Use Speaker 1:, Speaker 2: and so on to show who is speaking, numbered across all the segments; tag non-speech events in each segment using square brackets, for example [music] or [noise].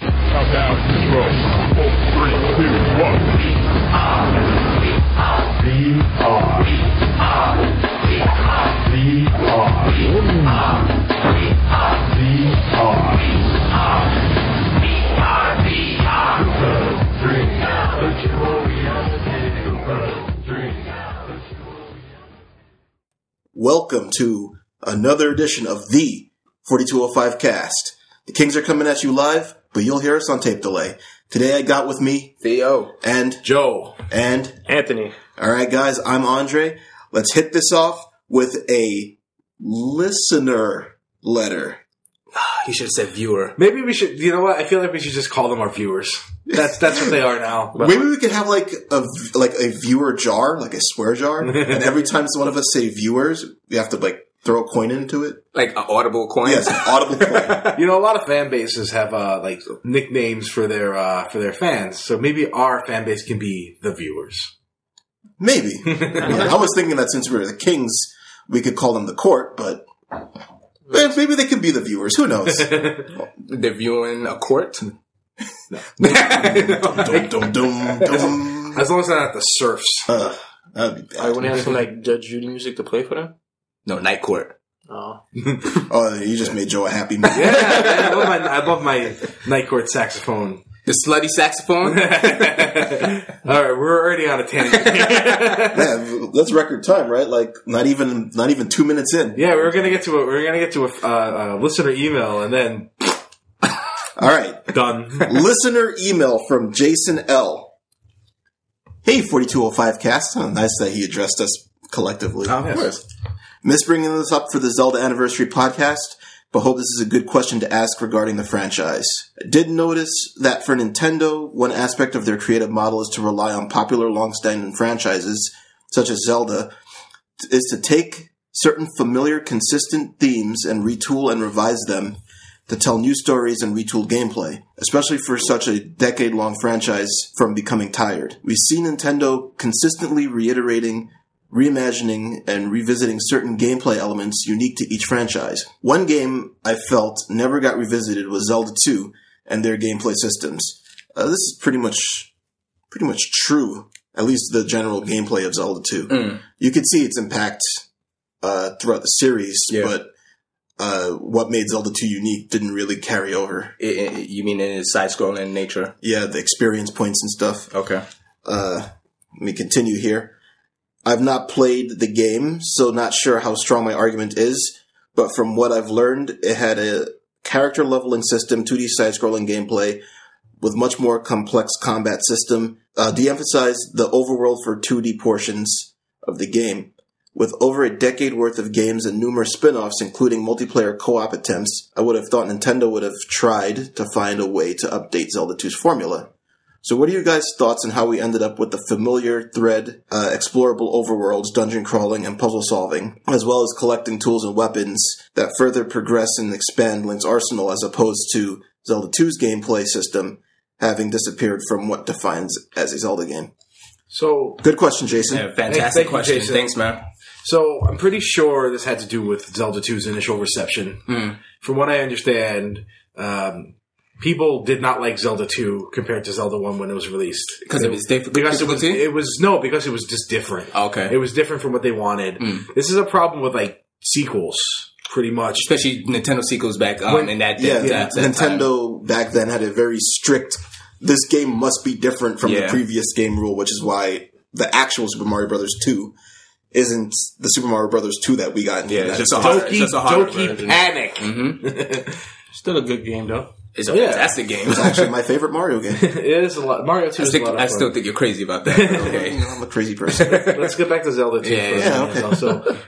Speaker 1: out of control. Four, three, two, one. We are. We are. We are. Super Dream. The Super Dream.
Speaker 2: Welcome to another edition of the 4205 cast. The Kings are coming at you live, but you'll hear us on tape delay. Today I got with me
Speaker 3: Theo.
Speaker 2: and
Speaker 3: Joe.
Speaker 2: and
Speaker 4: Anthony.
Speaker 2: all right guys, I'm Andre. Let's hit this off with a listener letter.
Speaker 3: He should have said viewer. Maybe we should. You know what? I feel like we should just call them our viewers. That's that's what they are
Speaker 5: [laughs]
Speaker 3: now.
Speaker 2: Maybe we could have like a like a viewer jar, like a swear jar, and every time one of us say viewers, we have to like throw a coin into it.
Speaker 5: like an audible coin.
Speaker 2: Yes, an audible coin.
Speaker 3: [laughs] You know, a lot of fan bases have uh, like nicknames for their uh, for their fans. So maybe our fan base can be the viewers. [laughs]
Speaker 2: Maybe. Yeah, I was thinking that since we were the kings, we could call them the court, but eh, maybe they could be the viewers. Who
Speaker 3: [laughs]
Speaker 2: knows?
Speaker 5: [laughs] They're viewing a court.
Speaker 2: dum, dum, dum, dum.
Speaker 3: [laughs] As long as they're not the
Speaker 5: [laughs]
Speaker 3: serfs.
Speaker 2: Uh, that'd be
Speaker 4: I
Speaker 2: bad.
Speaker 4: want to have some like Judge Judy music to play for them.
Speaker 5: No, night court.
Speaker 4: Oh,
Speaker 2: Oh, you just made Joe a happy man.
Speaker 3: Yeah, I love my, I love my night court saxophone. [laughs]
Speaker 5: The slutty
Speaker 3: All
Speaker 5: saxophone.
Speaker 3: right, we're already on a tangent. [laughs]
Speaker 2: Yeah, that's record time, right? Like not even not even two minutes in.
Speaker 3: yeah, we're gonna get to a, we're gonna get to a, uh, a listener email and then
Speaker 2: All right. [laughs]
Speaker 3: done.
Speaker 5: [laughs]
Speaker 2: Listener email from Jason L. Hey, 4205 cast. Oh, nice that he addressed us collectively.
Speaker 3: Of Yes. course.
Speaker 2: Miss bringing this up for the Zelda Anniversary podcast, but hope this is a good question to ask regarding the franchise. I did notice that for Nintendo, one aspect of their creative model is to rely on popular long-standing franchises, such as Zelda, t- is to take certain familiar, consistent themes and retool and revise them to tell new stories and retool gameplay, especially for such a decade long franchise from becoming tired. We see Nintendo consistently reiterating, reimagining, and revisiting certain gameplay elements unique to each franchise. One game I felt never got revisited was Zelda 2 and their gameplay systems. Uh, this is pretty much, pretty much true. At least the general gameplay of Zelda 2. You could see its impact uh, throughout the series,
Speaker 5: Yeah.
Speaker 2: but uh, what made Zelda 2 unique didn't really carry over.
Speaker 5: It- it- you mean in its side-scrolling nature?
Speaker 2: Yeah, the experience points and stuff.
Speaker 5: Okay.
Speaker 2: Uh, let me continue here. I've not played the game, so not sure how strong my argument is, but from what I've learned, it had a character leveling system, 2D side scrolling gameplay with much more complex combat system, uh, de emphasized the overworld for 2D portions of the game. With over a decade worth of games and numerous spin offs, including multiplayer co op attempts, I would have thought Nintendo would have tried to find a way to update Zelda 2's formula. So, what are your guys' thoughts on how we ended up with the familiar thread, uh, explorable overworlds, dungeon crawling, and puzzle solving, as well as collecting tools and weapons that further progress and expand Link's arsenal as opposed to Zelda 2's gameplay system having disappeared from what defines as a Zelda game?
Speaker 3: So
Speaker 2: Good question, Jason.
Speaker 5: Yeah, fantastic
Speaker 3: Thank- thank you,
Speaker 5: question.
Speaker 3: Jason.
Speaker 5: Thanks, man.
Speaker 3: So I'm pretty sure this had to do with Zelda 2's initial reception.
Speaker 5: Hmm.
Speaker 3: From what I understand, um, people did not like Zelda 2 compared to Zelda 1 when it was released.
Speaker 5: Because of its diff-
Speaker 3: Because it was,
Speaker 5: difficulty?
Speaker 3: it was no, because it was just different.
Speaker 5: Okay. Hmm.
Speaker 3: It was different from what they wanted. This is a problem with like sequels, pretty much.
Speaker 5: Especially Nintendo sequels back um,
Speaker 3: When-
Speaker 5: in that,
Speaker 2: Yeah,
Speaker 5: that, that- that time.
Speaker 2: Nintendo back then had a very strict. This game must be different from the
Speaker 5: Yeah.
Speaker 2: previous game rule, which is why the actual Super Mario Brothers two isn't the Super Mario Brothers two that we got. in the
Speaker 5: Yeah, it's
Speaker 2: United
Speaker 5: just a
Speaker 2: States.
Speaker 5: hard, it's
Speaker 3: Doki
Speaker 5: just a hard
Speaker 3: Doki
Speaker 5: version. Hmm.
Speaker 3: Panic.
Speaker 4: [laughs] still a good game though.
Speaker 5: Mm-hmm. It's a
Speaker 3: Yeah.
Speaker 5: fantastic game.
Speaker 2: It's actually my favorite Mario game.
Speaker 3: [laughs] It is a lot. Mario 2
Speaker 5: [laughs] I,
Speaker 3: is
Speaker 5: still-
Speaker 3: a lot of
Speaker 5: I
Speaker 3: fun.
Speaker 5: still think you're crazy about that. but Okay.
Speaker 2: I'm a crazy
Speaker 5: [laughs]
Speaker 2: person.
Speaker 3: Let's get back to Zelda 2
Speaker 5: Yeah,
Speaker 3: for
Speaker 2: yeah,
Speaker 3: a minute. Also.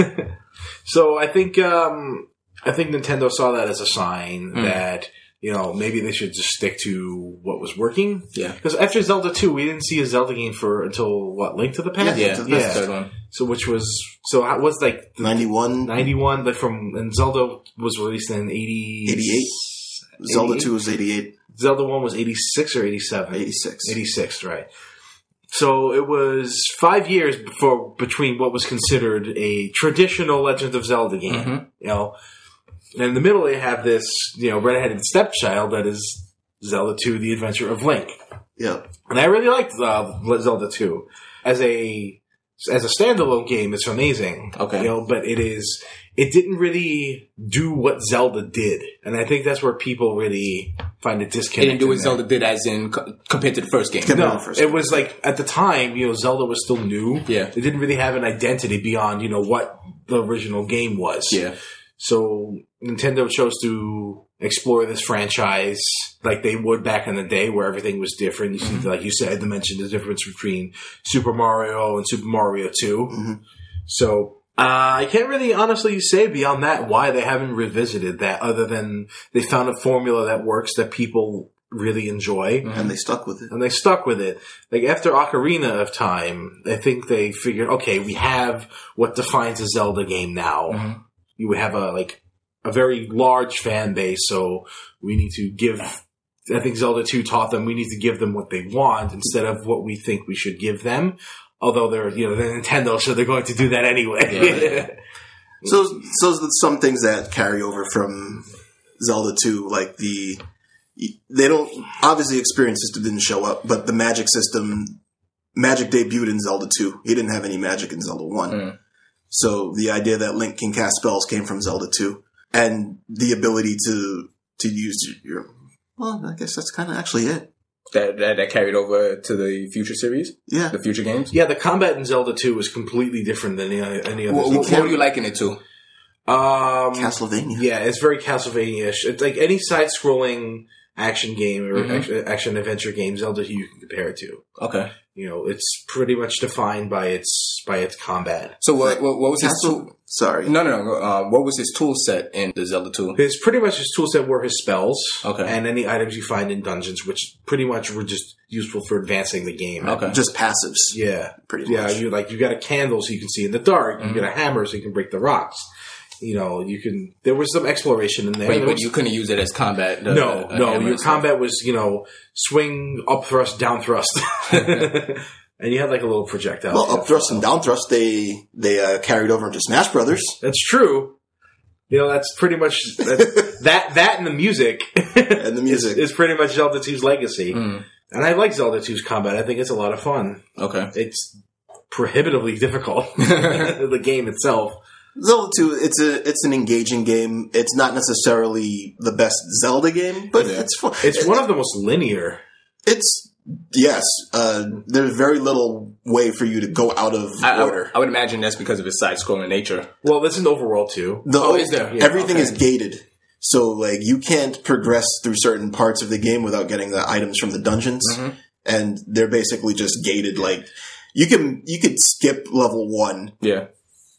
Speaker 3: [laughs] so I think um, I think Nintendo saw that as a sign that you know maybe they should just stick to what was working.
Speaker 5: Yeah.
Speaker 3: Because after Zelda 2, we didn't see a Zelda game for until what Link to the Past.
Speaker 5: Yeah, that's
Speaker 3: Yeah.
Speaker 5: the third one.
Speaker 3: So which was so how- what's like
Speaker 2: Ninety one,
Speaker 3: ninety one like from and Zelda was released in eighty
Speaker 2: 88. Zelda two was 88,
Speaker 3: Zelda one was eighty six or eighty seven.
Speaker 2: 86.
Speaker 3: 86, right. So it was five years before between what was considered a traditional Legend of Zelda
Speaker 5: Mm-hmm.
Speaker 3: game, you know, and in the middle they have this, you know, redheaded stepchild that is Zelda 2: The Adventure of Link,
Speaker 2: Yeah.
Speaker 3: and I really liked uh, Zelda 2 as a as a standalone game. It's amazing,
Speaker 5: Okay.
Speaker 3: you know, but it is it didn't really do what Zelda did, and I think that's where people really find a
Speaker 5: It
Speaker 3: disconnect.
Speaker 5: didn't
Speaker 3: in
Speaker 5: do what
Speaker 3: there.
Speaker 5: Zelda did, as in co- compared to the first game.
Speaker 2: Compared to
Speaker 3: No,
Speaker 2: the first
Speaker 3: it
Speaker 2: game.
Speaker 3: was like at the time, you know, Zelda was still new.
Speaker 5: Yeah.
Speaker 3: it didn't really have an identity beyond you know what the original game was.
Speaker 5: Yeah,
Speaker 3: So Nintendo chose to explore this franchise like they would back in the day where everything was different. You
Speaker 2: Mm-hmm.
Speaker 3: see, like you said, they mentioned the difference between Super Mario and Super Mario 2.
Speaker 2: Mhm.
Speaker 3: So uh, I can't really honestly say beyond that why they haven't revisited that other than they found a formula that works that people really enjoy
Speaker 2: And they stuck with it.
Speaker 3: and they stuck with it. Like after Ocarina of Time, I think they figured, okay, we have what defines a Zelda game now.
Speaker 5: Mhm.
Speaker 3: You have a like a very large fan base, so we need to give. I think Zelda Two taught them we need to give them what they want instead of what we think we should give them. Although they're you know they're Nintendo, so they're going to do that anyway.
Speaker 5: Yeah, yeah.
Speaker 2: So, so there's some things that carry over from Zelda 2, like the they don't obviously experience system didn't show up, but the magic system magic debuted in Zelda 2. He didn't have any magic in Zelda 1.
Speaker 5: Mm.
Speaker 2: So the idea that Link can cast spells came from Zelda 2 and the ability to to use your well, I guess that's kind of actually it.
Speaker 5: that, that that carried over to the future series,
Speaker 2: Yeah.
Speaker 5: the future games.
Speaker 3: [laughs] Yeah, the combat in Zelda Two is completely different than any, any other.
Speaker 5: What, what,
Speaker 2: can't-
Speaker 5: were you liking it to?
Speaker 3: um,
Speaker 2: Castlevania.
Speaker 3: Yeah, it's very Castlevania-ish. It's like any side-scrolling action game or
Speaker 5: Mhm.
Speaker 3: action, action adventure game, Zelda, you can compare it to.
Speaker 5: Okay,
Speaker 3: You know, it's pretty much defined by its by its combat.
Speaker 5: so what what, what was his
Speaker 2: Castle-
Speaker 5: tool?
Speaker 2: Sorry.
Speaker 5: No, no, no. Uh, what was his tool set in the Zelda Two?
Speaker 3: His pretty much his toolset were his spells,
Speaker 5: Okay.
Speaker 3: and any items you find in dungeons, which pretty much were just useful for advancing the game.
Speaker 5: Okay,
Speaker 2: Just passives,
Speaker 3: Yeah,
Speaker 2: pretty
Speaker 3: yeah.
Speaker 2: much.
Speaker 3: You like you got a candle so you can see in the dark.
Speaker 5: Mhm.
Speaker 3: You got a hammer so you can break the rocks. You know, you can. There was some exploration in there.
Speaker 5: Wait,
Speaker 3: There
Speaker 5: but
Speaker 3: was-
Speaker 5: you couldn't use it as combat. the-
Speaker 3: no,
Speaker 5: the- the
Speaker 3: no. Your
Speaker 5: hammer and uh, stuff.
Speaker 3: combat was, you know, swing, up thrust, down thrust, [laughs] and you had like a little projectile.
Speaker 2: Well, uh, up thrust and down thrust, they they uh, carried over into Smash Brothers.
Speaker 3: That's true. You know, that's pretty much
Speaker 2: [laughs]
Speaker 3: that. that, that and the music
Speaker 2: and the music.
Speaker 3: is pretty much Zelda 2's legacy.
Speaker 5: Mm,
Speaker 3: And I like Zelda 2's combat. I think it's a lot of fun.
Speaker 5: okay.
Speaker 3: It's prohibitively difficult. [laughs] the game itself.
Speaker 2: Zelda 2, it's a it's an engaging game. It's not necessarily the best Zelda game, but
Speaker 5: Yeah.
Speaker 2: it's fun.
Speaker 3: It's one of the most linear.
Speaker 2: It's yes. Uh, there's very little way for you to go out of
Speaker 5: I, I, would-
Speaker 2: order.
Speaker 5: I would imagine that's because of his side-scrolling nature.
Speaker 3: Well, this is Overworld 2.
Speaker 2: The-
Speaker 5: Oh, is there? Yeah,
Speaker 2: everything
Speaker 5: okay.
Speaker 2: is gated, so like you can't progress through certain parts of the game without getting the items from the dungeons,
Speaker 5: Mhm.
Speaker 2: and they're basically just gated. Like you can you could skip level one
Speaker 5: Yeah,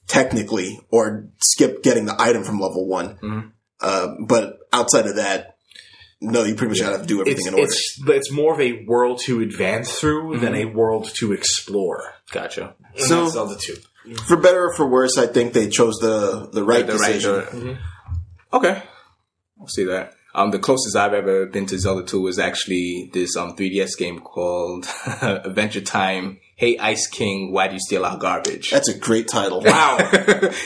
Speaker 2: technically, or skip getting the item from level one.
Speaker 5: Mhm.
Speaker 2: Uh, but outside of that, no, you pretty much gotta do everything
Speaker 3: It's,
Speaker 2: in order.
Speaker 3: it's, it's more of a world to advance through than a world to explore.
Speaker 5: gotcha.
Speaker 2: So-
Speaker 3: So Zelda 2.
Speaker 2: for better or for worse, I think they chose the the right
Speaker 5: the
Speaker 2: decision.
Speaker 5: right door.
Speaker 3: Mm-hmm.
Speaker 5: Okay, I'll see that. Um, the closest I've ever been to Zelda 2 was actually this um 3DS game called [laughs] Adventure Time. Hey, Ice King, why do you steal our garbage? [laughs]
Speaker 2: That's a great title. [laughs]
Speaker 5: wow.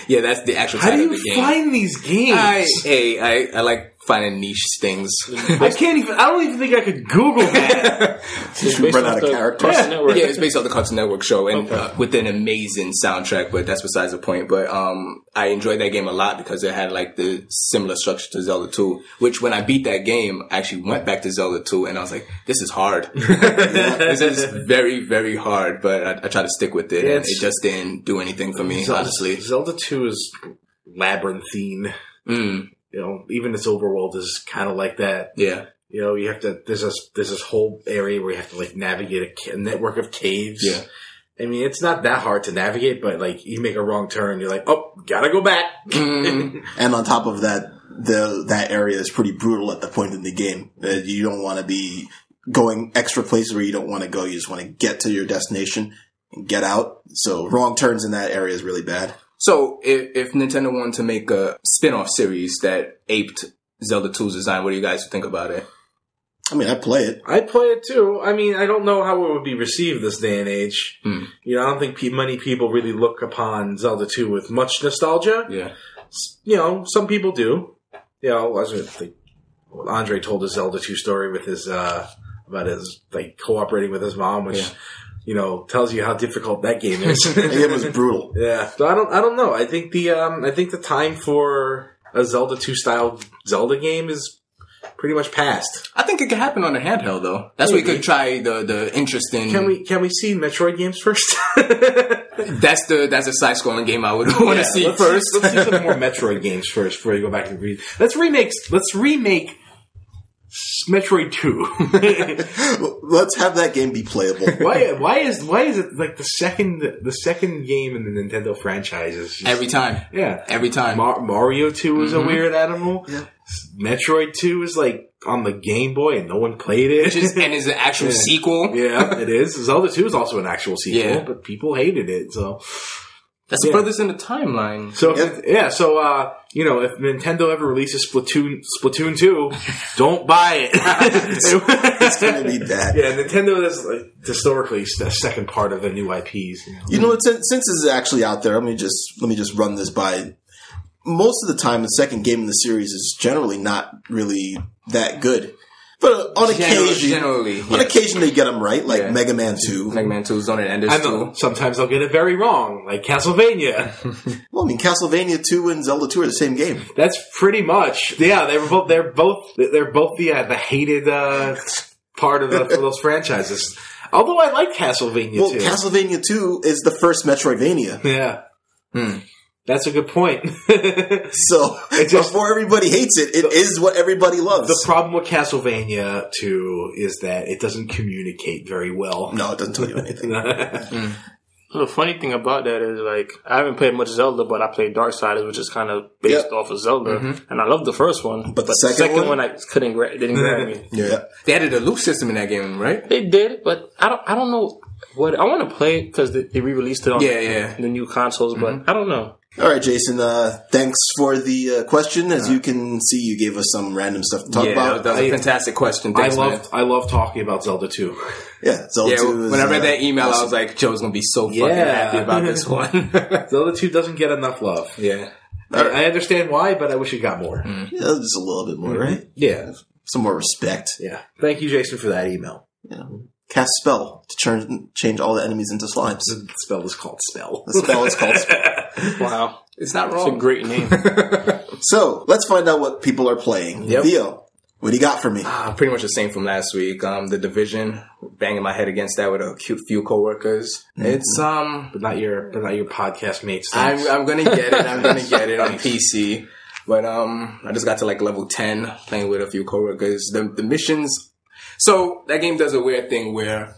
Speaker 5: yeah, that's the actual
Speaker 3: How
Speaker 5: title
Speaker 3: do
Speaker 5: of the
Speaker 3: you
Speaker 5: game.
Speaker 3: find these games?
Speaker 5: I,
Speaker 3: I,
Speaker 5: hey, I, I like finding niche things.
Speaker 3: can't even. [laughs] I don't even think I could [laughs] Google that.
Speaker 4: Just
Speaker 2: run out of characters.
Speaker 4: Network.
Speaker 5: Yeah, it's based off the Cartoon Network show and uh, with an amazing soundtrack, but that's besides the point. But um, I enjoyed that game a lot because it had like the similar structure to Zelda 2, which when I beat that game, I actually went back to Zelda 2 and I was like, this is hard. this is very, very hard, but I, I tried to stick with it and
Speaker 3: It's-
Speaker 5: it just didn't do anything for me, honestly.
Speaker 3: Zelda Two is labyrinthine.
Speaker 5: Mm,
Speaker 3: You know, even its overworld is kind of like that.
Speaker 5: yeah,
Speaker 3: You know, you have to. There's this. There's this whole area where you have to like navigate a, ca- network of caves.
Speaker 5: Yeah.
Speaker 3: I mean, it's not that hard to navigate, but like you make a wrong turn, you're like, oh, gotta go back.
Speaker 5: Mm.
Speaker 2: and on top of that, the that area is pretty brutal at the point in the game. Uh, you don't want to be going extra places where you don't want to go. You just want to get to your destination and get out. So wrong turns in that area is really bad.
Speaker 5: So if, if Nintendo wanted to make a spin-off series that aped Zelda 2's design, what do you guys think about it?
Speaker 2: I mean, I play it.
Speaker 3: I'd play it too. I mean, I don't know how it would be received this day and age.
Speaker 5: Hmm.
Speaker 3: You know, I don't think pe- many people really look upon Zelda 2 with much nostalgia.
Speaker 5: Yeah.
Speaker 3: You know, some people do. You know, I was gonna think Andre told his Zelda 2 story with his, uh, about his, like, cooperating with his mom, which,
Speaker 5: Yeah.
Speaker 3: you know, tells you how difficult that game [laughs] is.
Speaker 2: That game
Speaker 5: [laughs]
Speaker 2: was brutal.
Speaker 3: Yeah. So I don't I don't know. I think the um I think the time for a Zelda 2 style Zelda game is pretty much past.
Speaker 5: I think it could happen on a handheld though. That's where you could try the the interesting.
Speaker 3: Can we can we see Metroid games [laughs] first?
Speaker 5: That's the that's a side scrolling game I would [laughs] want to
Speaker 3: Yeah,
Speaker 5: see
Speaker 3: let's
Speaker 5: first.
Speaker 3: let's see some more Metroid games first before you go back and read. Let's remake let's remake s- Metroid [laughs] 2.
Speaker 2: Let's have that game be playable.
Speaker 5: [laughs]
Speaker 3: why why is why is it like the second the second game in the Nintendo franchise is just,
Speaker 5: [laughs] Every time,
Speaker 3: yeah.
Speaker 5: every time.
Speaker 3: Mar- Mario 2 is a weird animal.
Speaker 2: Yeah.
Speaker 3: Metroid 2 is like on the Game Boy and no one played it. [laughs]
Speaker 5: Just- and it's an actual
Speaker 3: Yeah.
Speaker 5: sequel.
Speaker 3: yeah, it is. Zelda 2 is also an actual sequel,
Speaker 5: Yeah.
Speaker 3: but people hated it. So,
Speaker 5: That's the
Speaker 3: Yeah.
Speaker 5: furthest in the timeline.
Speaker 3: so if- yeah. So, uh, you know, if Nintendo ever releases Splatoon Splatoon 2, don't buy it.
Speaker 2: [laughs] It's going to be bad.
Speaker 3: [laughs] Yeah, Nintendo is like, historically the second part of the new IPs. You know?
Speaker 2: You know, what, since, since this is actually out there, let me just let me just run this by. Most of the time, the second game in the series is generally not really that good, but uh, on
Speaker 5: Generally-
Speaker 2: occasion,
Speaker 5: generally,
Speaker 2: on
Speaker 5: yes.
Speaker 2: occasion they get them right, like
Speaker 5: Yeah.
Speaker 2: Mega Man Two.
Speaker 5: Mega Man Two is on it, and there's
Speaker 3: I know.
Speaker 5: two.
Speaker 3: Sometimes they'll get it very wrong, like Castlevania.
Speaker 2: Well, I mean, Castlevania Two and Zelda Two are the same game.
Speaker 3: That's pretty much. Yeah, they were both. They're both. They're both the uh, the hated uh, part of the, those franchises. Although I like Castlevania
Speaker 2: well,
Speaker 3: too.
Speaker 2: Castlevania Two is the first Metroidvania, [laughs]
Speaker 3: yeah,
Speaker 5: Hmm.
Speaker 3: that's a good point. [laughs]
Speaker 2: so
Speaker 3: It just-
Speaker 2: before everybody hates it, it is what everybody loves.
Speaker 3: the problem with Castlevania too is that it doesn't communicate very well. [laughs]
Speaker 2: no, it doesn't
Speaker 5: [laughs]
Speaker 2: tell you anything.
Speaker 4: The funny thing about that is, like, I haven't played much Zelda, but I played Darksiders, which is kind of based off of Zelda,
Speaker 5: Mm-hmm.
Speaker 4: and I loved the first one.
Speaker 2: But the second one?
Speaker 4: I couldn't gra-
Speaker 5: [laughs]
Speaker 4: didn't grab me.
Speaker 2: yeah,
Speaker 5: They added a loop system in that game, right?
Speaker 4: They did, but I don't. I don't know what I want to play it because they, they re-released it on
Speaker 5: Yeah, yeah. Mm-hmm.
Speaker 4: the new consoles, but I don't know.
Speaker 2: All right, Jason. Uh, thanks for the uh, question. As you can see, you gave us some random stuff to talk
Speaker 5: yeah,
Speaker 2: about.
Speaker 5: that was a
Speaker 3: I-
Speaker 5: fantastic question.
Speaker 3: I
Speaker 5: Thanks, man.
Speaker 3: love I love talking about Zelda 2.
Speaker 2: yeah, Zelda
Speaker 5: Yeah,
Speaker 2: 2 is,
Speaker 5: when I read
Speaker 2: uh,
Speaker 5: that email, I was like, Joe's gonna be so fucking
Speaker 3: Yeah.
Speaker 5: happy about
Speaker 3: [laughs]
Speaker 5: this one. [laughs]
Speaker 3: Zelda 2 doesn't get enough love.
Speaker 5: yeah,
Speaker 3: I, I understand why, but I wish it got more.
Speaker 2: Yeah, just a little bit more,
Speaker 5: Mm-hmm.
Speaker 2: right?
Speaker 3: Yeah,
Speaker 2: Some more respect.
Speaker 3: yeah. Thank you, Jason, for that email.
Speaker 2: Cast spell to turn, change all the enemies into slimes.
Speaker 3: The spell is called spell.
Speaker 2: The spell is called. Spell.
Speaker 3: [laughs]
Speaker 4: Wow,
Speaker 5: it's not
Speaker 4: it's a
Speaker 5: wrong.
Speaker 4: great name.
Speaker 2: So let's find out what people are playing.
Speaker 5: Yep.
Speaker 2: Theo, what do you got for me?
Speaker 5: Uh, pretty much the same from last week. Um, the division, banging my head against that with a cute few coworkers. It's um,
Speaker 3: But not your but not your podcast mates.
Speaker 5: I'm
Speaker 3: thanks.
Speaker 5: I'm gonna get it.
Speaker 3: [laughs]
Speaker 5: I'm gonna get it on PC. But um, I just got to like level ten, playing with a few coworkers. The the missions. So that game does a weird thing where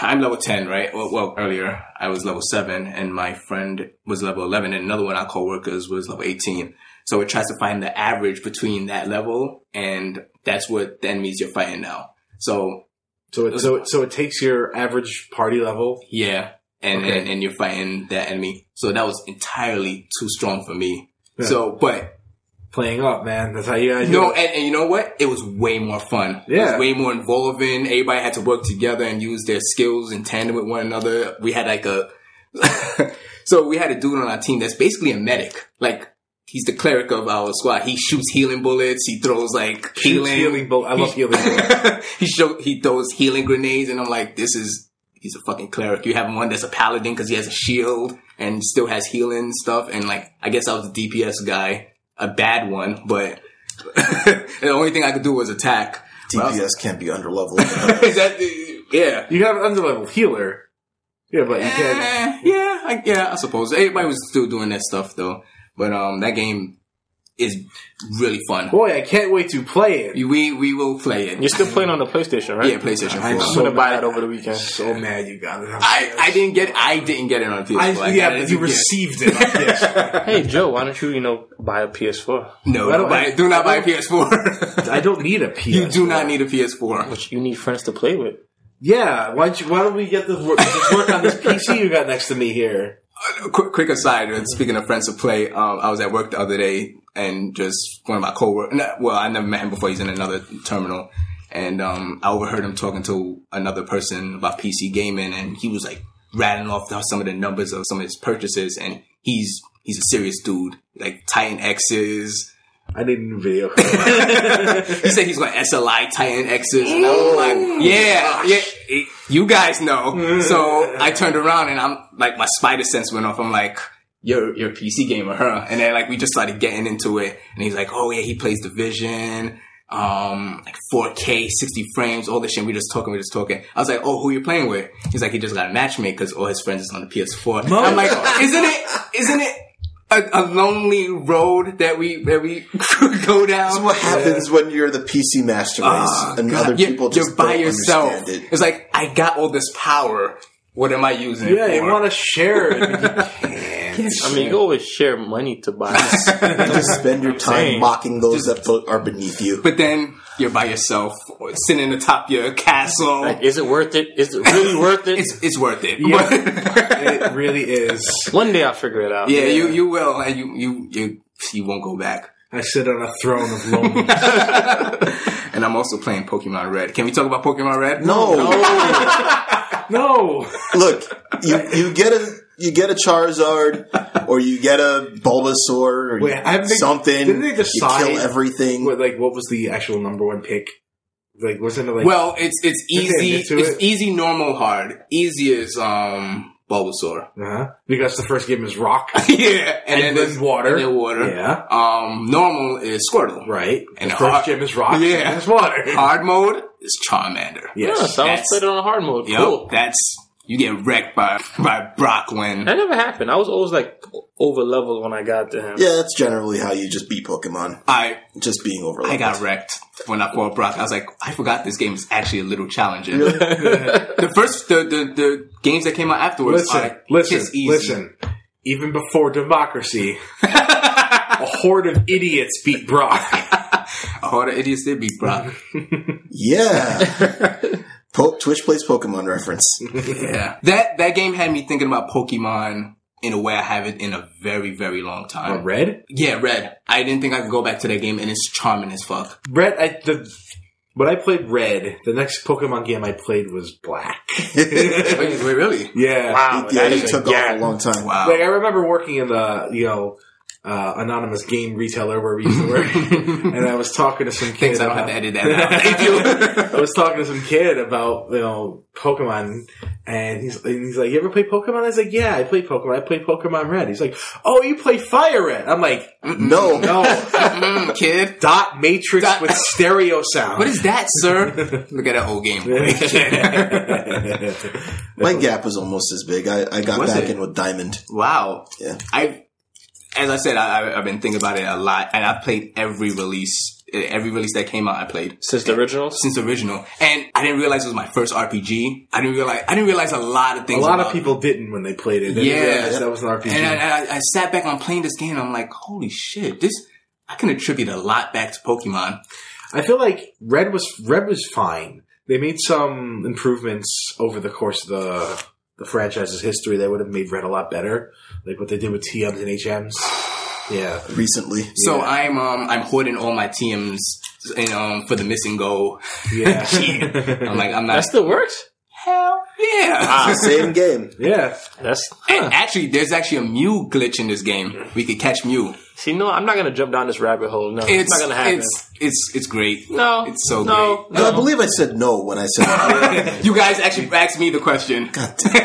Speaker 5: I'm level ten, right? Well, well earlier I was level seven, and my friend was level eleven, and another one of our coworkers was level eighteen. So it tries to find the average between that level, and that's what the enemies you're fighting now. So
Speaker 3: so it, so it, so it takes your average party level.
Speaker 5: Yeah. And,
Speaker 3: Okay.
Speaker 5: and and you're fighting that enemy. So that was entirely too strong for me.
Speaker 3: Yeah.
Speaker 5: So but
Speaker 3: Playing up, man. That's how you guys do
Speaker 5: no
Speaker 3: it.
Speaker 5: and, and you know what? It was way more fun. It
Speaker 3: Yeah.
Speaker 5: was way more involving. Everybody had to work together and use their skills in tandem with one another. We had like a [laughs] so we had a dude on our team that's basically a medic. Like he's the cleric of our squad. He shoots healing bullets, he throws like
Speaker 3: Shoots healing bull- I love healing [laughs] bullets.
Speaker 5: [laughs] he show he throws healing grenades, and I'm like, this is he's a fucking cleric. You have one that's a paladin because he has a shield and still has healing stuff, and like I guess I was the DPS guy, a bad one, but [laughs] the only thing I could do was attack. [laughs]
Speaker 2: DPS can't be under level.
Speaker 5: Is that yeah.
Speaker 3: You have an underlevel healer. Yeah, but you can't.
Speaker 5: Eh, yeah, I, yeah, I suppose. Everybody was still doing that stuff though, but um, that game is really fun.
Speaker 3: Boy, I can't wait to play it.
Speaker 5: We we will play it.
Speaker 4: You're still playing on the PlayStation, right?
Speaker 5: [laughs] Yeah, PlayStation
Speaker 4: I'm
Speaker 5: 4.
Speaker 4: gonna buy that over the weekend.
Speaker 3: So mad you got it. I'm
Speaker 5: I, I didn't get I didn't get it on PS4.
Speaker 3: I,
Speaker 5: I
Speaker 3: yeah,
Speaker 5: got it
Speaker 3: but
Speaker 5: as
Speaker 3: you
Speaker 5: a gift.
Speaker 3: received it. Yes. [laughs]
Speaker 4: hey Joe, why don't you you know buy a PS4?
Speaker 5: No,
Speaker 3: I don't-
Speaker 5: don't buy, do not buy a PS4.
Speaker 3: I don't need a PS.
Speaker 5: [laughs] you do not need a PS4.
Speaker 4: Which you need friends to play with.
Speaker 3: Yeah, why don't, you, why don't we get this work, this work on this PC you got next to me here?
Speaker 5: Uh, [laughs] Quick, quick aside. uh, Speaking of friends to play, um, I was at work the other day and just one of my coworkers. Well, I never met him before. He's in another terminal, and um, I overheard him talking to another person about PC gaming, and he was like rattling off the- some of the numbers of some of his purchases, and he's he's a serious dude, like Titan X's,
Speaker 3: I need a new video.
Speaker 5: he said he's going SLI Titan X's, and I was like, "Yeah, yeah, it- you guys
Speaker 2: Mm-hmm.
Speaker 5: know." So I turned around and I'm like, my spider sense went off. I'm like, "You're you're a PC gamer, huh?" And then like we just started getting into it, and he's like, "Oh yeah, he plays Division." Um, like 4K, 60 frames, all this shit. We just talking, we just talking. I was like, "Oh, who you playing with?" He's like, "He just got a matchmate because all his friends is on the PS4." I'm like, "Isn't it? Isn't it a, a lonely road that we that we [laughs] go down?"
Speaker 2: This
Speaker 5: [laughs]
Speaker 2: is what happens when you're the PC master race
Speaker 5: Ah,
Speaker 2: and
Speaker 5: God.
Speaker 2: other
Speaker 5: Yeah,
Speaker 2: people just
Speaker 5: you're by
Speaker 2: don't
Speaker 5: yourself.
Speaker 2: understand it.
Speaker 5: It's like I got all this power. What am I using
Speaker 3: [laughs]
Speaker 5: it
Speaker 3: yeah,
Speaker 5: for?
Speaker 3: you want to share it. [laughs] You can't.
Speaker 4: I mean, you can always share money to buy.
Speaker 2: You just spend your time
Speaker 4: saying.
Speaker 2: mocking those that are beneath you.
Speaker 5: but then you're by yourself, or sitting atop your castle.
Speaker 4: like, is it worth it? Is it really worth it?
Speaker 5: it's it's worth it.
Speaker 3: Yeah.
Speaker 5: [laughs] Yeah,
Speaker 3: It really is.
Speaker 4: One day I'll figure it out.
Speaker 5: you you will, and you you you you won't go back. [laughs]
Speaker 3: I sit on a throne of loneliness.
Speaker 5: and I'm also playing Pokemon Red. Can we talk about Pokemon Red?
Speaker 2: No,
Speaker 3: no.
Speaker 2: look, you you get a you get a Charizard or you get a Bulbasaur or
Speaker 3: Wait, haven't they-
Speaker 2: something.
Speaker 3: didn't they
Speaker 2: you
Speaker 3: decide
Speaker 2: kill everything.
Speaker 3: What, like, what was the actual number one pick? Like, wasn't it like
Speaker 5: Well, it's it's
Speaker 3: Did they
Speaker 5: easy.
Speaker 3: admit to
Speaker 5: It's
Speaker 3: it?
Speaker 5: easy, normal, hard. Easy is um Bulbasaur. [laughs]
Speaker 3: uh-huh. because the first game is rock
Speaker 5: yeah, and,
Speaker 3: and,
Speaker 5: then there's
Speaker 3: then water.
Speaker 5: and then water.
Speaker 3: Yeah,
Speaker 5: Um, normal is Squirtle.
Speaker 3: right.
Speaker 5: And
Speaker 3: the
Speaker 5: hard-
Speaker 3: first gym is rock.
Speaker 5: Yeah. Uh,
Speaker 3: and it's
Speaker 5: [laughs]
Speaker 3: water.
Speaker 5: Hard mode is Charmander.
Speaker 4: Yeah,
Speaker 3: Yes.
Speaker 4: so I was
Speaker 5: That's-
Speaker 4: played it on hard mode.
Speaker 5: Yep,
Speaker 4: Cool.
Speaker 5: that's you get wrecked by by Brockwin.
Speaker 4: That never happened. I was always like over leveled when I got to him.
Speaker 2: yeah, that's generally how you just beat Pokemon.
Speaker 5: I
Speaker 2: Just being overlooked.
Speaker 5: I got wrecked when I fought Brock. I was like, I forgot this game is actually a little challenging. the first the, the the games that came out afterwards
Speaker 3: Listen,
Speaker 5: are like,
Speaker 3: listen,
Speaker 5: kiss easy.
Speaker 3: listen. Even before
Speaker 5: [laughs]
Speaker 3: democracy, a horde of idiots beat
Speaker 5: [laughs]
Speaker 3: Brock.
Speaker 5: A horde of idiots did beat Brock.
Speaker 2: Yeah. po- Twitch plays Pokemon reference. [laughs]
Speaker 5: yeah, that that game had me thinking about Pokemon. In a way, I haven't in a very, very long time.
Speaker 3: But Red,
Speaker 5: Yeah, Uh, Red. I didn't think I could go back to that game, and it's charming as fuck.
Speaker 3: [laughs] Red. I the when I played Red, the next Pokemon game I played was Black.
Speaker 5: Wait, wait, really?
Speaker 3: Yeah,
Speaker 4: [laughs] Wow,
Speaker 2: [laughs] yeah,
Speaker 4: that
Speaker 2: you
Speaker 4: is
Speaker 2: took
Speaker 4: a
Speaker 2: off a
Speaker 4: gap.
Speaker 2: long time.
Speaker 5: Wow. [laughs]
Speaker 3: Like I remember working in the you know uh, anonymous game retailer where we used to
Speaker 5: [laughs]
Speaker 3: work, and I was talking to some kid.
Speaker 5: Things I don't have
Speaker 3: about-
Speaker 5: to edit [laughs] that out.
Speaker 3: I was talking to some kid about you know Pokemon, and he's and he's like, "You ever play Pokemon?" I was like, "Yeah, I play Pokemon. I play Pokemon Red." He's like, "Oh, you play Fire Red?" I'm like,
Speaker 2: No.
Speaker 3: [laughs]
Speaker 5: [laughs]
Speaker 3: "No,
Speaker 5: Mm, kid.
Speaker 3: dot matrix
Speaker 5: Dot-
Speaker 3: with stereo sound." [laughs]
Speaker 5: What is that, sir? Look at that old game.
Speaker 2: My gap was almost as big. I, I got
Speaker 5: Was
Speaker 2: back
Speaker 5: it?
Speaker 2: in with Diamond.
Speaker 5: wow.
Speaker 2: Yeah.
Speaker 5: I, as I said, I, I- I've been thinking about it a lot, and I've played every release, eh, every release that came out. I played
Speaker 4: Since the originals,
Speaker 5: since the original, and I didn't realize it was my first RPG. I didn't realize I didn't realize a lot of
Speaker 3: A
Speaker 5: things.
Speaker 3: lot
Speaker 5: about
Speaker 3: of people didn't when they played it. They didn't
Speaker 5: Yeah.
Speaker 3: realize that was an RPG.
Speaker 5: And I, and I, I sat back on playing this game, and I'm like, holy shit, this. I can attribute a lot back to Pokemon.
Speaker 3: I feel like red was red was fine. They made some improvements over the course of the the franchise's history that would have made red a lot better, like what they did with TMs and HMs. Yeah,
Speaker 2: [laughs] Recently,
Speaker 5: So
Speaker 3: Yeah.
Speaker 5: I'm um I'm hoarding all my TMs and um for the missing goal. [laughs]
Speaker 3: yeah,
Speaker 5: I'm like I'm not
Speaker 4: that still works.
Speaker 5: hell yeah.
Speaker 3: Ah,
Speaker 5: [laughs]
Speaker 4: Wow.
Speaker 2: same game.
Speaker 3: yeah.
Speaker 4: That's
Speaker 5: And
Speaker 4: huh.
Speaker 5: actually, there's actually a Mew glitch in this game. We could catch Mew.
Speaker 4: see. No, I'm not gonna jump down this rabbit hole. No, it's,
Speaker 5: It's
Speaker 4: not gonna happen.
Speaker 5: It's it's it's great. [laughs]
Speaker 4: no,
Speaker 5: it's so
Speaker 4: no,
Speaker 5: great.
Speaker 2: And I
Speaker 4: no.
Speaker 2: believe I said no when I said
Speaker 5: [laughs] you guys actually asked me the question. [laughs]
Speaker 2: God damn.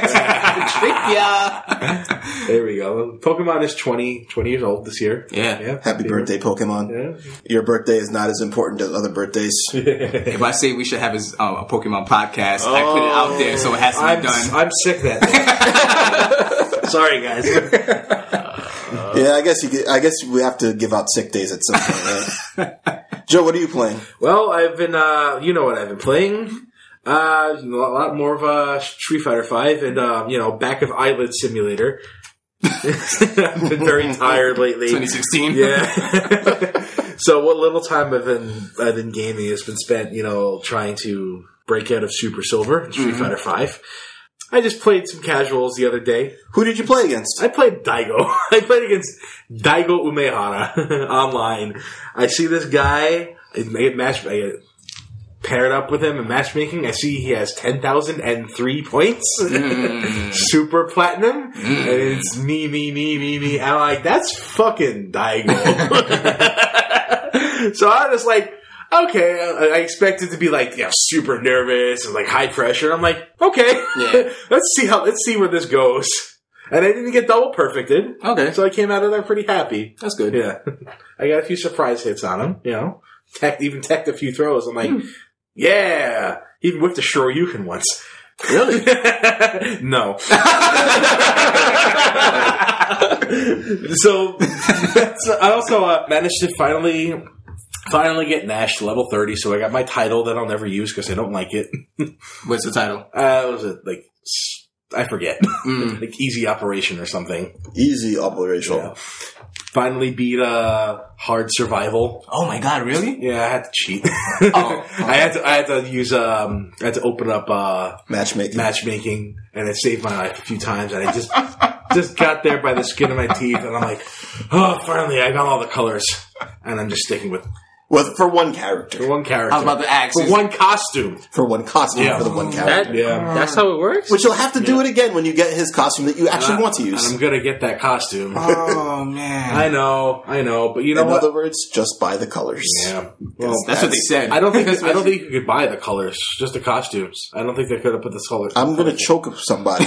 Speaker 5: yeah.
Speaker 3: There we go. Pokemon is 20, 20 years old this year.
Speaker 5: Yeah.
Speaker 3: Yeah,
Speaker 2: Happy birthday, Pokemon.
Speaker 3: Yeah.
Speaker 2: Your birthday is not as important as other birthdays.
Speaker 5: If I say we should have his, um, a Pokemon podcast, I put it out there, so it has to be
Speaker 3: Oh, I'm
Speaker 5: done.
Speaker 3: I'm sick that day.
Speaker 5: [laughs]
Speaker 4: Sorry, guys.
Speaker 2: yeah, I guess you. Could, I guess we have to give out sick days at some point, right? Joe, what are you playing?
Speaker 3: well, I've been uh, you know what I've been playing. Uh, a lot lot more of uh, Street Fighter Five and um, you know back of eyelid simulator. [laughs] I've been very tired lately.
Speaker 5: 2016.
Speaker 3: Yeah. [laughs] so what little time I've been I've been gaming has been spent, you know, trying to break out of Super Silver and Street Fighter Five. I just played some casuals the other day.
Speaker 2: Who did you play against?
Speaker 3: I played Daigo. [laughs] I played against Daigo Umehara [laughs] online. I see this guy. I get match. I get paired up with him in matchmaking. I see he has ten thousand and three points, [laughs] super platinum, and it's me, me, me, me, me. And I'm like, that's fucking Daigo. [laughs] So I was like, okay, I I expected to be like, yeah, super nervous and like high pressure. I'm like, okay,
Speaker 5: Yeah.
Speaker 3: [laughs] let's see how, let's see where this goes. And I didn't get double perfected.
Speaker 5: [laughs] Okay,
Speaker 3: So I came out of there pretty happy.
Speaker 5: that's good.
Speaker 3: Yeah. [laughs] I got a few surprise hits on him, you know. Tech, even teched a few throws. I'm like, yeah. He even whipped a Shoryuken once.
Speaker 5: Really?
Speaker 3: [laughs] no. [laughs] so, [laughs] so I also uh, managed to finally finally get Nash to level 30, so I got my title that I'll never use because I don't like it.
Speaker 5: What's the title?
Speaker 3: Uh, it was a, like, s- I forget.
Speaker 5: Mm.
Speaker 3: like Easy Operation or something.
Speaker 2: Easy operational.
Speaker 3: Yeah. Finally beat uh, Hard Survival.
Speaker 5: Oh my god, really?
Speaker 3: Yeah, I had to cheat. [laughs]
Speaker 5: oh.
Speaker 3: I had to I had to use um I had to open up uh
Speaker 2: Matchmaking.
Speaker 3: matchmaking and it saved my life a few times and
Speaker 2: [laughs]
Speaker 3: I just just got there by the skin of my teeth and I'm like, oh finally I got all the colors and I'm just sticking with
Speaker 2: well, for one character.
Speaker 3: one character.
Speaker 5: I was about to ask.
Speaker 3: for
Speaker 5: is-
Speaker 3: one costume.
Speaker 2: For one costume
Speaker 3: Yeah.
Speaker 2: for the one character.
Speaker 4: That,
Speaker 3: Yeah.
Speaker 4: That's how it works?
Speaker 2: Which you'll have to do it again when you get his costume that you actually want to
Speaker 3: Uh, And
Speaker 2: use. Uh,
Speaker 3: I'm gonna get that costume.
Speaker 5: Oh
Speaker 3: [laughs]
Speaker 5: man,
Speaker 3: I know, I know, but you know
Speaker 2: In
Speaker 3: what?
Speaker 2: other words, just buy the colors.
Speaker 3: yeah. Well,
Speaker 2: Because
Speaker 5: that's what they said.
Speaker 3: I
Speaker 2: [laughs]
Speaker 3: don't think I don't think you could buy the colors, just the costumes. I don't think they could have put the colors.
Speaker 2: I'm gonna choke
Speaker 3: [laughs]
Speaker 2: somebody.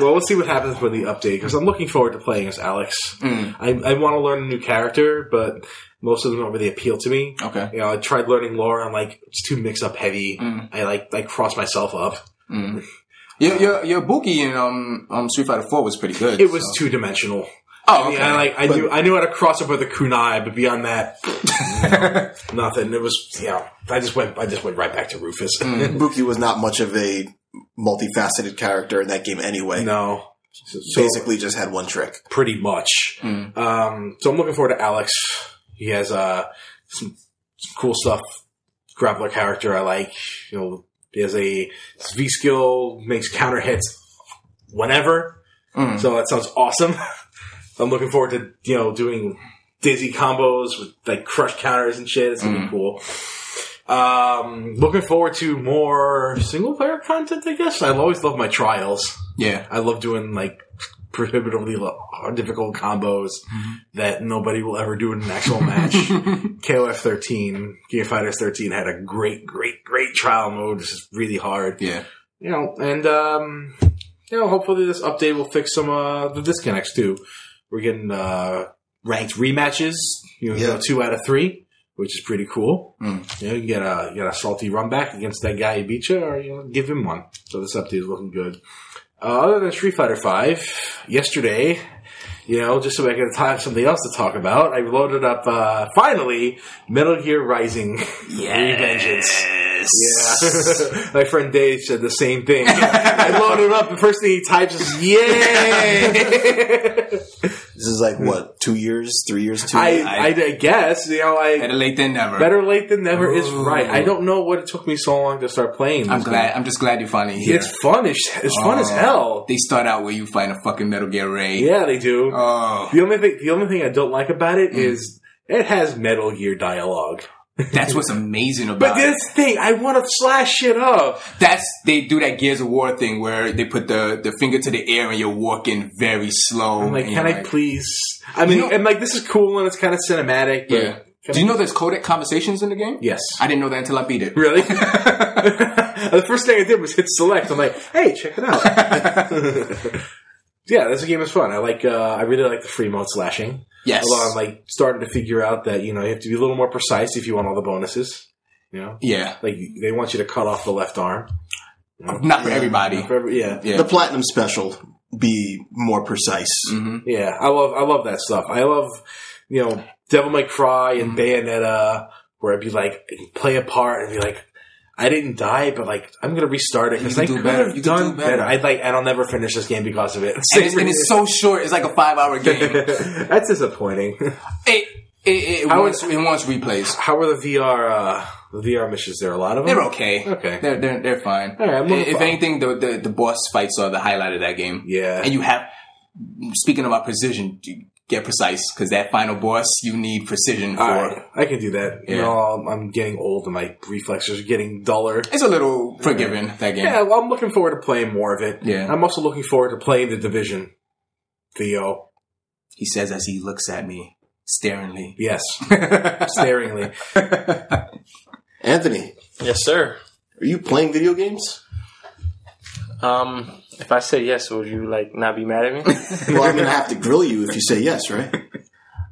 Speaker 3: Well, we'll see what happens with the update because I'm looking forward to playing as Alex.
Speaker 5: Mm.
Speaker 3: I, I want to learn a new character, but most of them don't really appeal to me.
Speaker 5: Okay.
Speaker 3: You know, I tried learning lore. I'm like, it's too mix up heavy.
Speaker 5: Mm.
Speaker 3: I like, I cross myself up.
Speaker 5: Mm. Your your your Buki in um um Street Fighter Four was pretty good.
Speaker 3: It was
Speaker 5: so-
Speaker 3: two dimensional.
Speaker 5: Oh, okay.
Speaker 3: Yeah, like I
Speaker 2: But-
Speaker 3: knew, I knew how to cross up with a kunai, but beyond
Speaker 5: [laughs]
Speaker 3: that, nothing. It was, yeah. I just went, I just went right back to Rufus.
Speaker 5: Mm.
Speaker 3: [laughs]
Speaker 2: Buki was not much of a multifaceted character in that game anyway.
Speaker 3: no, so, so
Speaker 2: Basically, just had one trick.
Speaker 3: pretty much.
Speaker 5: Mm.
Speaker 3: Um, so I'm looking forward to Alex. He has uh, some, some cool stuff. Grappler character I like. You know, he has a his V skill makes counter hits whenever.
Speaker 5: Mm.
Speaker 3: So that sounds awesome. [laughs] I'm looking forward to you know doing dizzy combos with like crush counters and shit. It's gonna be cool. Um, looking forward to more single player content. I guess I always love my trials.
Speaker 5: yeah.
Speaker 3: I love doing like prohibitively lo- hard, difficult combos that nobody will ever do in an actual match. KOF 13, Gear Fighters 13 had a great, great, great trial mode. This is really hard,
Speaker 5: Yeah.
Speaker 3: you know. And um, you know, hopefully this update will fix some uh, the disconnects too. We're getting uh, ranked rematches, you know,
Speaker 2: Yeah.
Speaker 3: two out of three. Which is pretty cool.
Speaker 5: Mm.
Speaker 3: You know, you get a you get a salty run back against that guy who beat you, or you know, give him one. So this update is looking good. Uh, other than Street Fighter Five, yesterday, you know, just so I could have something else to talk about, I loaded up uh, finally Metal Gear Rising [laughs] Revengeance. Yeah, [laughs] my friend Dave said the same thing. I loaded it up. The first thing he types is "Yay!"
Speaker 2: This is like what two years, three years, two.
Speaker 3: Hmm. I,
Speaker 2: years?
Speaker 3: I, I guess you know
Speaker 5: Better
Speaker 3: I.
Speaker 5: late than never.
Speaker 3: Better late than never is
Speaker 5: Ooh.
Speaker 3: right. I don't know what it took me so long to start playing.
Speaker 5: Oh. I'm
Speaker 3: this
Speaker 5: glad. I'm just glad you're finally
Speaker 3: game.
Speaker 5: here.
Speaker 3: It's fun. It's, it's fun as
Speaker 5: Oh.
Speaker 3: hell.
Speaker 5: They start out where you find a fucking Metal Gear Ray.
Speaker 3: Yeah, they do. [laughs]
Speaker 5: Oh, Hmm.
Speaker 3: The only thing the only thing I don't like about it is it has Metal Gear dialogue.
Speaker 5: that's what's amazing
Speaker 3: But
Speaker 5: about it.
Speaker 3: this thing, I want to slash shit up.
Speaker 5: That's they do that Gears of War thing where they put the, the finger to the air and you're walking very slow.
Speaker 3: I'm like,
Speaker 5: and
Speaker 3: can
Speaker 5: you're
Speaker 3: I please? I mean,
Speaker 5: know-
Speaker 3: and like this is cool and it's kind of cinematic. But
Speaker 5: Yeah.
Speaker 3: Can
Speaker 5: Do you know there's codec conversations in the game?
Speaker 3: Yes.
Speaker 5: I didn't know that until I
Speaker 3: [laughs]
Speaker 5: beat it. [laughs]
Speaker 3: Really? the first thing I did was hit select. I'm like, hey, check it
Speaker 5: [laughs]
Speaker 3: out. [laughs] yeah, this game is fun. I like. Uh, I really like the free mode slashing.
Speaker 5: Yes.
Speaker 3: Although I'm like starting to figure out that you know you have to be a little more precise if you want all the bonuses. You know,
Speaker 5: Yeah.
Speaker 3: like they want you to cut off the left arm.
Speaker 5: Not for
Speaker 2: Yeah.
Speaker 5: everybody.
Speaker 3: For every- yeah.
Speaker 5: Yeah.
Speaker 2: The platinum special be more precise.
Speaker 3: Mm.
Speaker 5: hmm
Speaker 3: Yeah, I love I love that stuff. I love you know Devil May Cry and Bayonetta, where I'd be like play a part and be like, I didn't die, but like I'm gonna restart it
Speaker 5: You
Speaker 3: because
Speaker 5: can
Speaker 3: I
Speaker 5: do
Speaker 3: could
Speaker 5: better.
Speaker 3: have
Speaker 5: You can
Speaker 3: done
Speaker 5: do
Speaker 3: better.
Speaker 5: better.
Speaker 3: I'd like and I'll never finish this game because of it.
Speaker 5: And,
Speaker 3: [laughs]
Speaker 5: it's, and it's so short. It's like a five hour game. it,
Speaker 3: That's disappointing. [laughs]
Speaker 5: it, it,
Speaker 3: How
Speaker 5: wants, it wants replays.
Speaker 3: How are the VR uh, the VR missions? There are a lot of them.
Speaker 5: They're okay.
Speaker 3: Okay.
Speaker 5: They're they're, they're fine.
Speaker 3: All right, I'm looking
Speaker 5: if
Speaker 3: for-
Speaker 5: anything, the, the the boss fights are the highlight of that game.
Speaker 3: Yeah.
Speaker 5: And you have speaking about precision, you get precise because that final boss you need precision for.
Speaker 3: All right, I can do that. You
Speaker 5: Yeah.
Speaker 3: know, I'm- I'm getting old and my reflexes are getting duller.
Speaker 5: It's a little forgiving that game.
Speaker 3: Yeah, well, I'm looking forward to playing more of it.
Speaker 5: Yeah.
Speaker 3: I'm also looking forward to playing the division. Theo,
Speaker 5: He says as he looks at me. staringly.
Speaker 3: [laughs]
Speaker 5: [laughs]
Speaker 3: Yes, staringly.
Speaker 2: Anthony,
Speaker 4: Yes, sir.
Speaker 2: are you playing video games?
Speaker 4: Um, if I say yes, would you like not be mad at me?
Speaker 2: Well, I'm going to have to grill you if you say yes, right?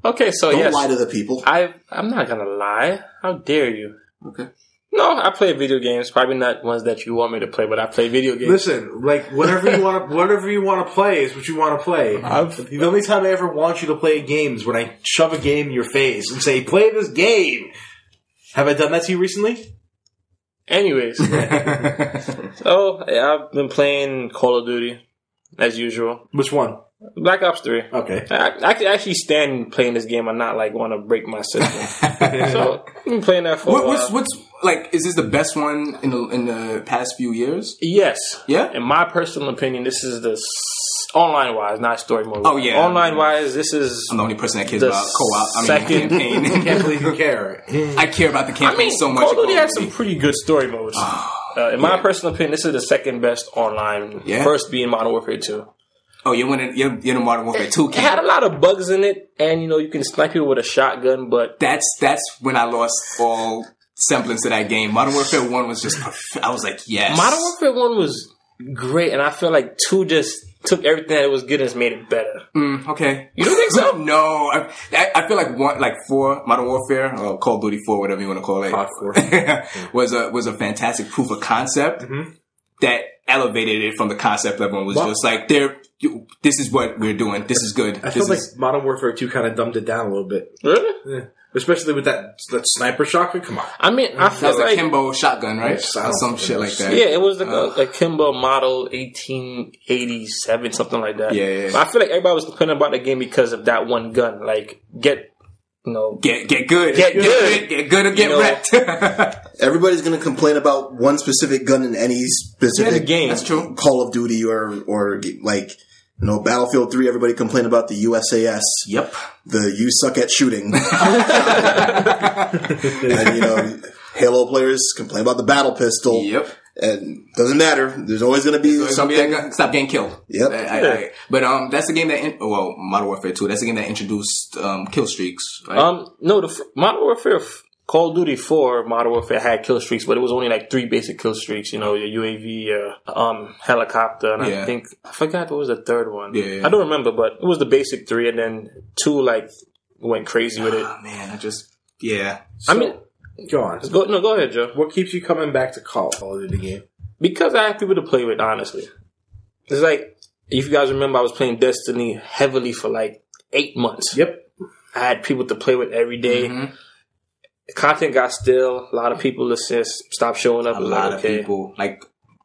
Speaker 4: Okay,
Speaker 3: Oh,
Speaker 4: so
Speaker 2: Don't
Speaker 4: yes,
Speaker 2: lie to the people.
Speaker 4: I I'm not gonna lie. How dare you?
Speaker 2: Okay.
Speaker 4: No, I play video games. Probably not ones that you want me to play, but I play video games.
Speaker 3: Listen, like whatever you
Speaker 5: [laughs]
Speaker 3: want to, whatever you want to play is what you want to play. the only time I ever want you to play a game is when I shove a game in your face and say, "Play this game." Have I done that to you recently?
Speaker 5: [laughs]
Speaker 4: Anyways, so yeah, I've been playing Call of Duty as usual.
Speaker 3: Which one?
Speaker 4: Black Ops Three.
Speaker 3: Okay.
Speaker 4: I, I can actually stand playing this game and not like want to break my
Speaker 5: [laughs]
Speaker 4: system. so I've been playing that for
Speaker 5: What,
Speaker 4: a while.
Speaker 5: what's what's like? Is this the best one in the in the past few years?
Speaker 4: Yes.
Speaker 5: Yeah?
Speaker 4: In my personal opinion, this is the s- online wise, not story mode.
Speaker 5: Oh, yeah.
Speaker 4: Online wise, this is
Speaker 5: I'm the only person that cares
Speaker 4: The
Speaker 5: about co-op. I mean,
Speaker 4: second-
Speaker 3: Can't
Speaker 5: campaign.
Speaker 3: believe you care.
Speaker 5: I care about the campaign so much.
Speaker 4: Call of Duty
Speaker 5: Call of Ah,
Speaker 4: has some
Speaker 5: Duty.
Speaker 4: pretty good story modes. Uh, in my personal opinion, this is the second best online.
Speaker 5: Yeah.
Speaker 4: First being Modern Warfare 2.
Speaker 5: Oh, you're winning. You're, you're in Modern Warfare 2.
Speaker 4: It had a lot of bugs in it, and you know, you can snipe people with a shotgun, but
Speaker 5: That's that's when I lost all semblance of that game. Modern Warfare 1 was just. perf- I was like, yes.
Speaker 4: Modern Warfare 1 was great, and I feel like 2 just took everything that it was good and just made it better.
Speaker 5: Mm, okay. You don't think so? [laughs] no. I, I, I feel like one, like four Modern Warfare or Call of Duty Four, whatever you want to call it,
Speaker 3: Hot four.
Speaker 5: [laughs] was a was a fantastic proof of concept that elevated it from the concept level and was
Speaker 3: Well-
Speaker 5: just like there. you- This is what we're doing. This is good.
Speaker 3: I
Speaker 5: this
Speaker 3: feel
Speaker 5: is
Speaker 3: like Modern Warfare Two kind of dumbed it down a little bit,
Speaker 4: Really?
Speaker 3: especially with that that sniper shotgun. Come on.
Speaker 4: I mean, I
Speaker 5: that
Speaker 4: feel
Speaker 5: was
Speaker 4: like.
Speaker 5: a Kimbo shotgun, right?
Speaker 3: sounds
Speaker 5: Or some shit like that.
Speaker 4: Yeah, it was like a, a Kimbo model 1887, something like that.
Speaker 5: Yeah, yeah, yeah.
Speaker 4: I feel like everybody was complaining about the game because of that one gun. Like, get, you know,
Speaker 5: Get get good.
Speaker 4: Get good.
Speaker 5: Get, good or
Speaker 4: You
Speaker 5: get
Speaker 4: know-
Speaker 5: wrecked. [laughs]
Speaker 2: Everybody's going to complain about one specific gun in any
Speaker 4: the
Speaker 2: specific
Speaker 4: game.
Speaker 5: That's true.
Speaker 2: Call of Duty or or like you know Battlefield Three. Everybody complained about the USAS,
Speaker 5: Yep.
Speaker 2: the you suck at shooting, and you know Halo players complain about the battle pistol.
Speaker 5: Yep.
Speaker 2: and doesn't matter. There's always going to be
Speaker 5: So it's gonna
Speaker 2: something.
Speaker 5: be like, uh, stop getting killed.
Speaker 2: Yep.
Speaker 5: I- I- I- but um, that's the game that in, well, Modern Warfare Two. That's the game that introduced um, kill streaks. Right?
Speaker 4: Um, no, the f- Modern Warfare, f- Call of Duty Four, Modern Warfare had kill streaks, but it was only like three basic kill streaks. You know, your UAV, uh, um, helicopter, and
Speaker 5: Yeah.
Speaker 4: I think I forgot what was the third one.
Speaker 5: Yeah, yeah.
Speaker 4: I don't remember, but it was the basic three, and then two like went crazy with
Speaker 5: [sighs]
Speaker 4: it.
Speaker 5: oh, man, I just yeah.
Speaker 4: I mean,
Speaker 3: Go on.
Speaker 4: go no, go ahead, Joe.
Speaker 3: What keeps you coming back to Call of Duty game?
Speaker 4: Because I have people to play with. Honestly, it's like if you guys remember, I was playing Destiny heavily for like eight months.
Speaker 3: Yep.
Speaker 4: I had people to play with every day.
Speaker 5: Mm-hmm.
Speaker 4: Content got still. A lot of people just just stopped showing up.
Speaker 5: A
Speaker 4: Like,
Speaker 5: lot of
Speaker 4: okay.
Speaker 5: people like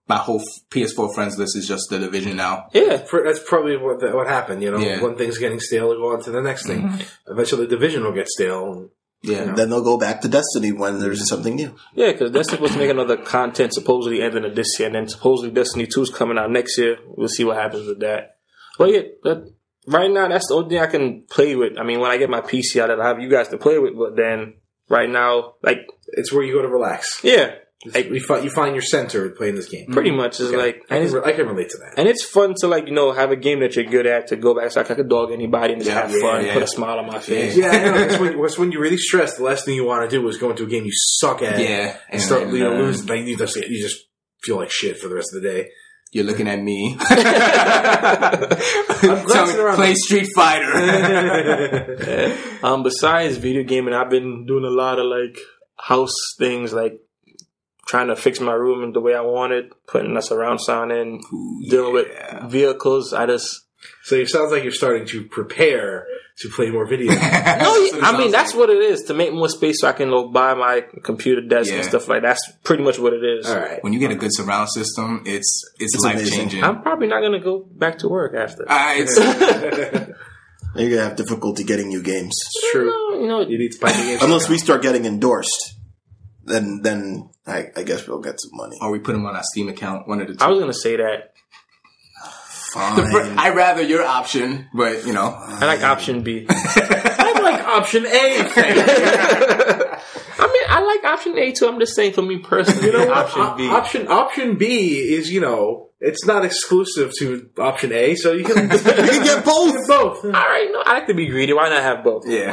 Speaker 5: my whole f- PS4 friends list is just the division now.
Speaker 4: Yeah,
Speaker 3: Pr- That's probably what that, what happened. You know,
Speaker 5: Yeah. Mm-hmm.
Speaker 3: one thing's getting stale, they go on to the next thing. Eventually, the division will get stale. and-
Speaker 5: Yeah.
Speaker 2: Then they'll go back to Destiny when there's something new.
Speaker 4: yeah, because they're supposed to make another content supposedly ending of this year, and then supposedly Destiny Two is coming out next year. We'll see what happens with that. But yeah, that, right now that's the only thing I can play with. I mean, when I get my PC out, I'll have you guys to play with. But then right now, like
Speaker 3: It's where you go to relax.
Speaker 4: yeah,
Speaker 3: It's- you, find, you find your center playing this
Speaker 5: Mm-hmm.
Speaker 3: game.
Speaker 4: pretty much is
Speaker 3: Okay.
Speaker 4: like
Speaker 3: I
Speaker 4: and
Speaker 3: can,
Speaker 4: it's,
Speaker 3: re- I can relate to that.
Speaker 4: and it's fun to like you know have a game that you're good at to go back so I can dog anybody and just
Speaker 5: Yeah,
Speaker 4: have
Speaker 5: yeah,
Speaker 4: fun,
Speaker 5: yeah.
Speaker 4: put a smile on my face. [laughs]
Speaker 5: [laughs]
Speaker 3: Yeah, I know. That's when, that's when you're really stressed. The last thing you want to do is go into a game you suck at.
Speaker 5: Yeah.
Speaker 3: And start you know,
Speaker 5: uh,
Speaker 3: losing. Like, you, just, you just feel like shit for the rest of the day.
Speaker 5: You're looking at me. [laughs] Tell
Speaker 3: glancing
Speaker 5: me,
Speaker 3: around.
Speaker 5: play Street Fighter.
Speaker 4: [laughs] Um, besides video gaming, I've been doing a lot of like house things, like trying to fix my room in the way I want it, putting a surround sound in, dealing
Speaker 5: yeah.
Speaker 4: with vehicles. I just,
Speaker 3: so it sounds like you're starting to prepare to play more video.
Speaker 5: [laughs]
Speaker 3: games.
Speaker 4: no,
Speaker 5: That's what
Speaker 4: Oh, I
Speaker 5: it
Speaker 4: mean
Speaker 5: sounds
Speaker 4: that's
Speaker 5: like.
Speaker 4: what it is to make more space so I can go buy my computer desk
Speaker 5: Yeah.
Speaker 4: and stuff like that. that's pretty much what it is.
Speaker 3: All right. [laughs]
Speaker 5: when you get a good surround system, it's it's,
Speaker 2: It's
Speaker 5: life
Speaker 2: amazing.
Speaker 5: changing.
Speaker 4: I'm probably not gonna go back to work after.
Speaker 5: it's
Speaker 2: You're going to have difficulty getting new games.
Speaker 3: It's true.
Speaker 4: you know,
Speaker 3: You need to buy the game.
Speaker 2: Unless we start getting endorsed, then then I, I guess we'll get some money.
Speaker 5: [laughs] or we put them on our Steam account, one of the two.
Speaker 4: I was gonna say that.
Speaker 2: Fine.
Speaker 5: I'd rather your option, but you know,
Speaker 4: I like option B. [laughs] I
Speaker 3: I'm like option A.
Speaker 4: mean, [laughs] I like like option A too. I'm just saying for me personally,
Speaker 3: You know what?
Speaker 4: option
Speaker 3: O-
Speaker 4: B.
Speaker 3: Option option B is you know it's not exclusive to option A, so you can [laughs] you
Speaker 2: can get both.
Speaker 3: both.
Speaker 4: All right, no, I like to be greedy. Why not have both?
Speaker 5: Yeah.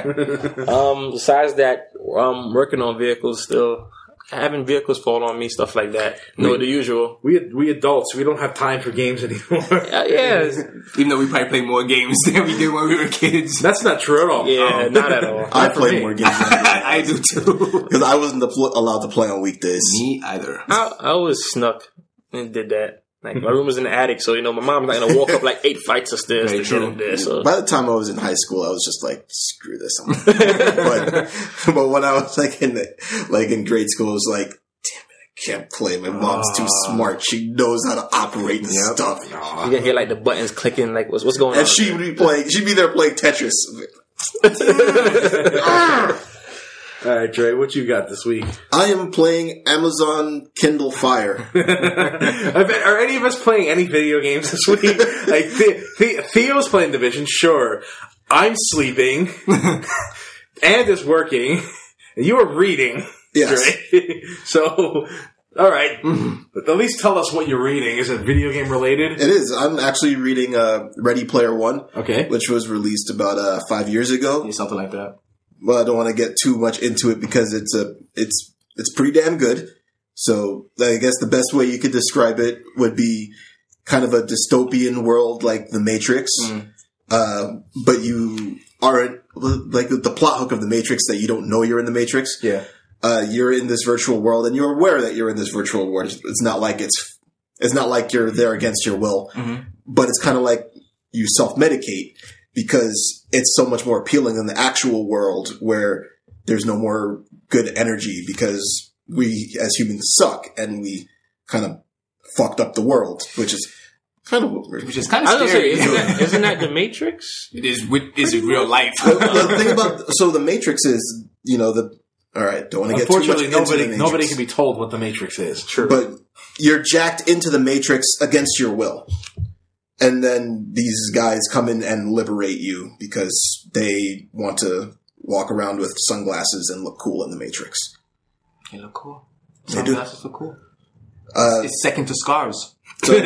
Speaker 4: Um, besides that, I'm working on vehicles still. Having vehicles fall on me, stuff like that. No, the usual.
Speaker 3: We we adults we don't have time for games anymore.
Speaker 4: Uh, [laughs] yeah, it's-
Speaker 5: Even though we probably play more games than we did when we were kids.
Speaker 3: That's not true at all.
Speaker 4: yeah,
Speaker 3: Um,
Speaker 4: not
Speaker 3: [laughs]
Speaker 4: at all.
Speaker 2: I
Speaker 3: for
Speaker 2: play
Speaker 3: me.
Speaker 2: more games
Speaker 5: [laughs] I do
Speaker 2: [laughs]
Speaker 5: too.
Speaker 2: because I wasn't apl- allowed to play on weekdays.
Speaker 5: Me either.
Speaker 4: I, I was snuck and did that. Like my room was in the attic, so you know my mom's not gonna walk up like eight flights of stairs
Speaker 5: Very
Speaker 4: to
Speaker 5: true.
Speaker 4: get up there. So
Speaker 2: By the time I was in high school, I was just like, screw this. I'm but, but when I was like in the, like in grade school, I was like, damn it, I can't play. My mom's too
Speaker 3: Ah.
Speaker 2: smart. She knows how to operate this stuff.
Speaker 4: you can hear like the buttons clicking, like what's what's going on?
Speaker 2: And she would be playing, she'd be there playing Tetris.
Speaker 3: All right, Dre, what you got this week? [laughs]
Speaker 2: I am playing Amazon Kindle Fire.
Speaker 3: I bet- Are any of us playing any video games this week?
Speaker 4: [laughs]
Speaker 3: like the, the, Theo's playing Division, sure. I'm
Speaker 4: [laughs]
Speaker 3: sleeping. and is working. And you are reading.
Speaker 2: Yes. Mm-hmm.
Speaker 3: Dre. [laughs] so, all right. But at least tell us what you're reading. Is it video game related?
Speaker 2: It is. I'm actually reading uh, Ready Player One,
Speaker 3: Okay.
Speaker 2: which was released about uh, five years ago.
Speaker 5: something like that.
Speaker 2: Well, I don't want to get too much into it because it's a it's it's pretty damn good. So I guess the best way you could describe it would be kind of a dystopian world like The Matrix,
Speaker 5: Mm.
Speaker 2: uh, but you aren't like the plot hook of The Matrix that you don't know you're in The Matrix
Speaker 5: Yeah.
Speaker 2: uh, you're in this virtual world and you're aware that you're in this virtual world. It's not like it's it's not like you're there against your will,
Speaker 3: Mm-hmm.
Speaker 5: Mhm.
Speaker 2: but it's kind of like you self medicate because it's so much more appealing than the actual world where there's no more good energy because we as humans suck and we kind of fucked up the world, which is kind of what we're.
Speaker 5: Which
Speaker 2: [laughs]
Speaker 5: is kind
Speaker 4: I
Speaker 5: of
Speaker 4: was gonna say,
Speaker 5: scary.
Speaker 4: isn't
Speaker 5: [laughs]
Speaker 4: that, isn't that the Matrix?
Speaker 5: it is, with- is it real life?
Speaker 2: the
Speaker 5: [laughs]
Speaker 2: thing about so the Matrix is you know the all right don't want to get too much
Speaker 3: Unfortunately,
Speaker 2: into the
Speaker 3: nobody
Speaker 2: Matrix.
Speaker 3: nobody can be told what the Matrix is. True.
Speaker 2: but you're jacked into the matrix against your will. And then these guys come in and liberate you because they want to walk around with sunglasses and look cool in the matrix.
Speaker 5: They look cool.
Speaker 2: They do.
Speaker 5: Sunglasses look cool.
Speaker 2: Uh,
Speaker 5: It's second to scars.
Speaker 2: so, so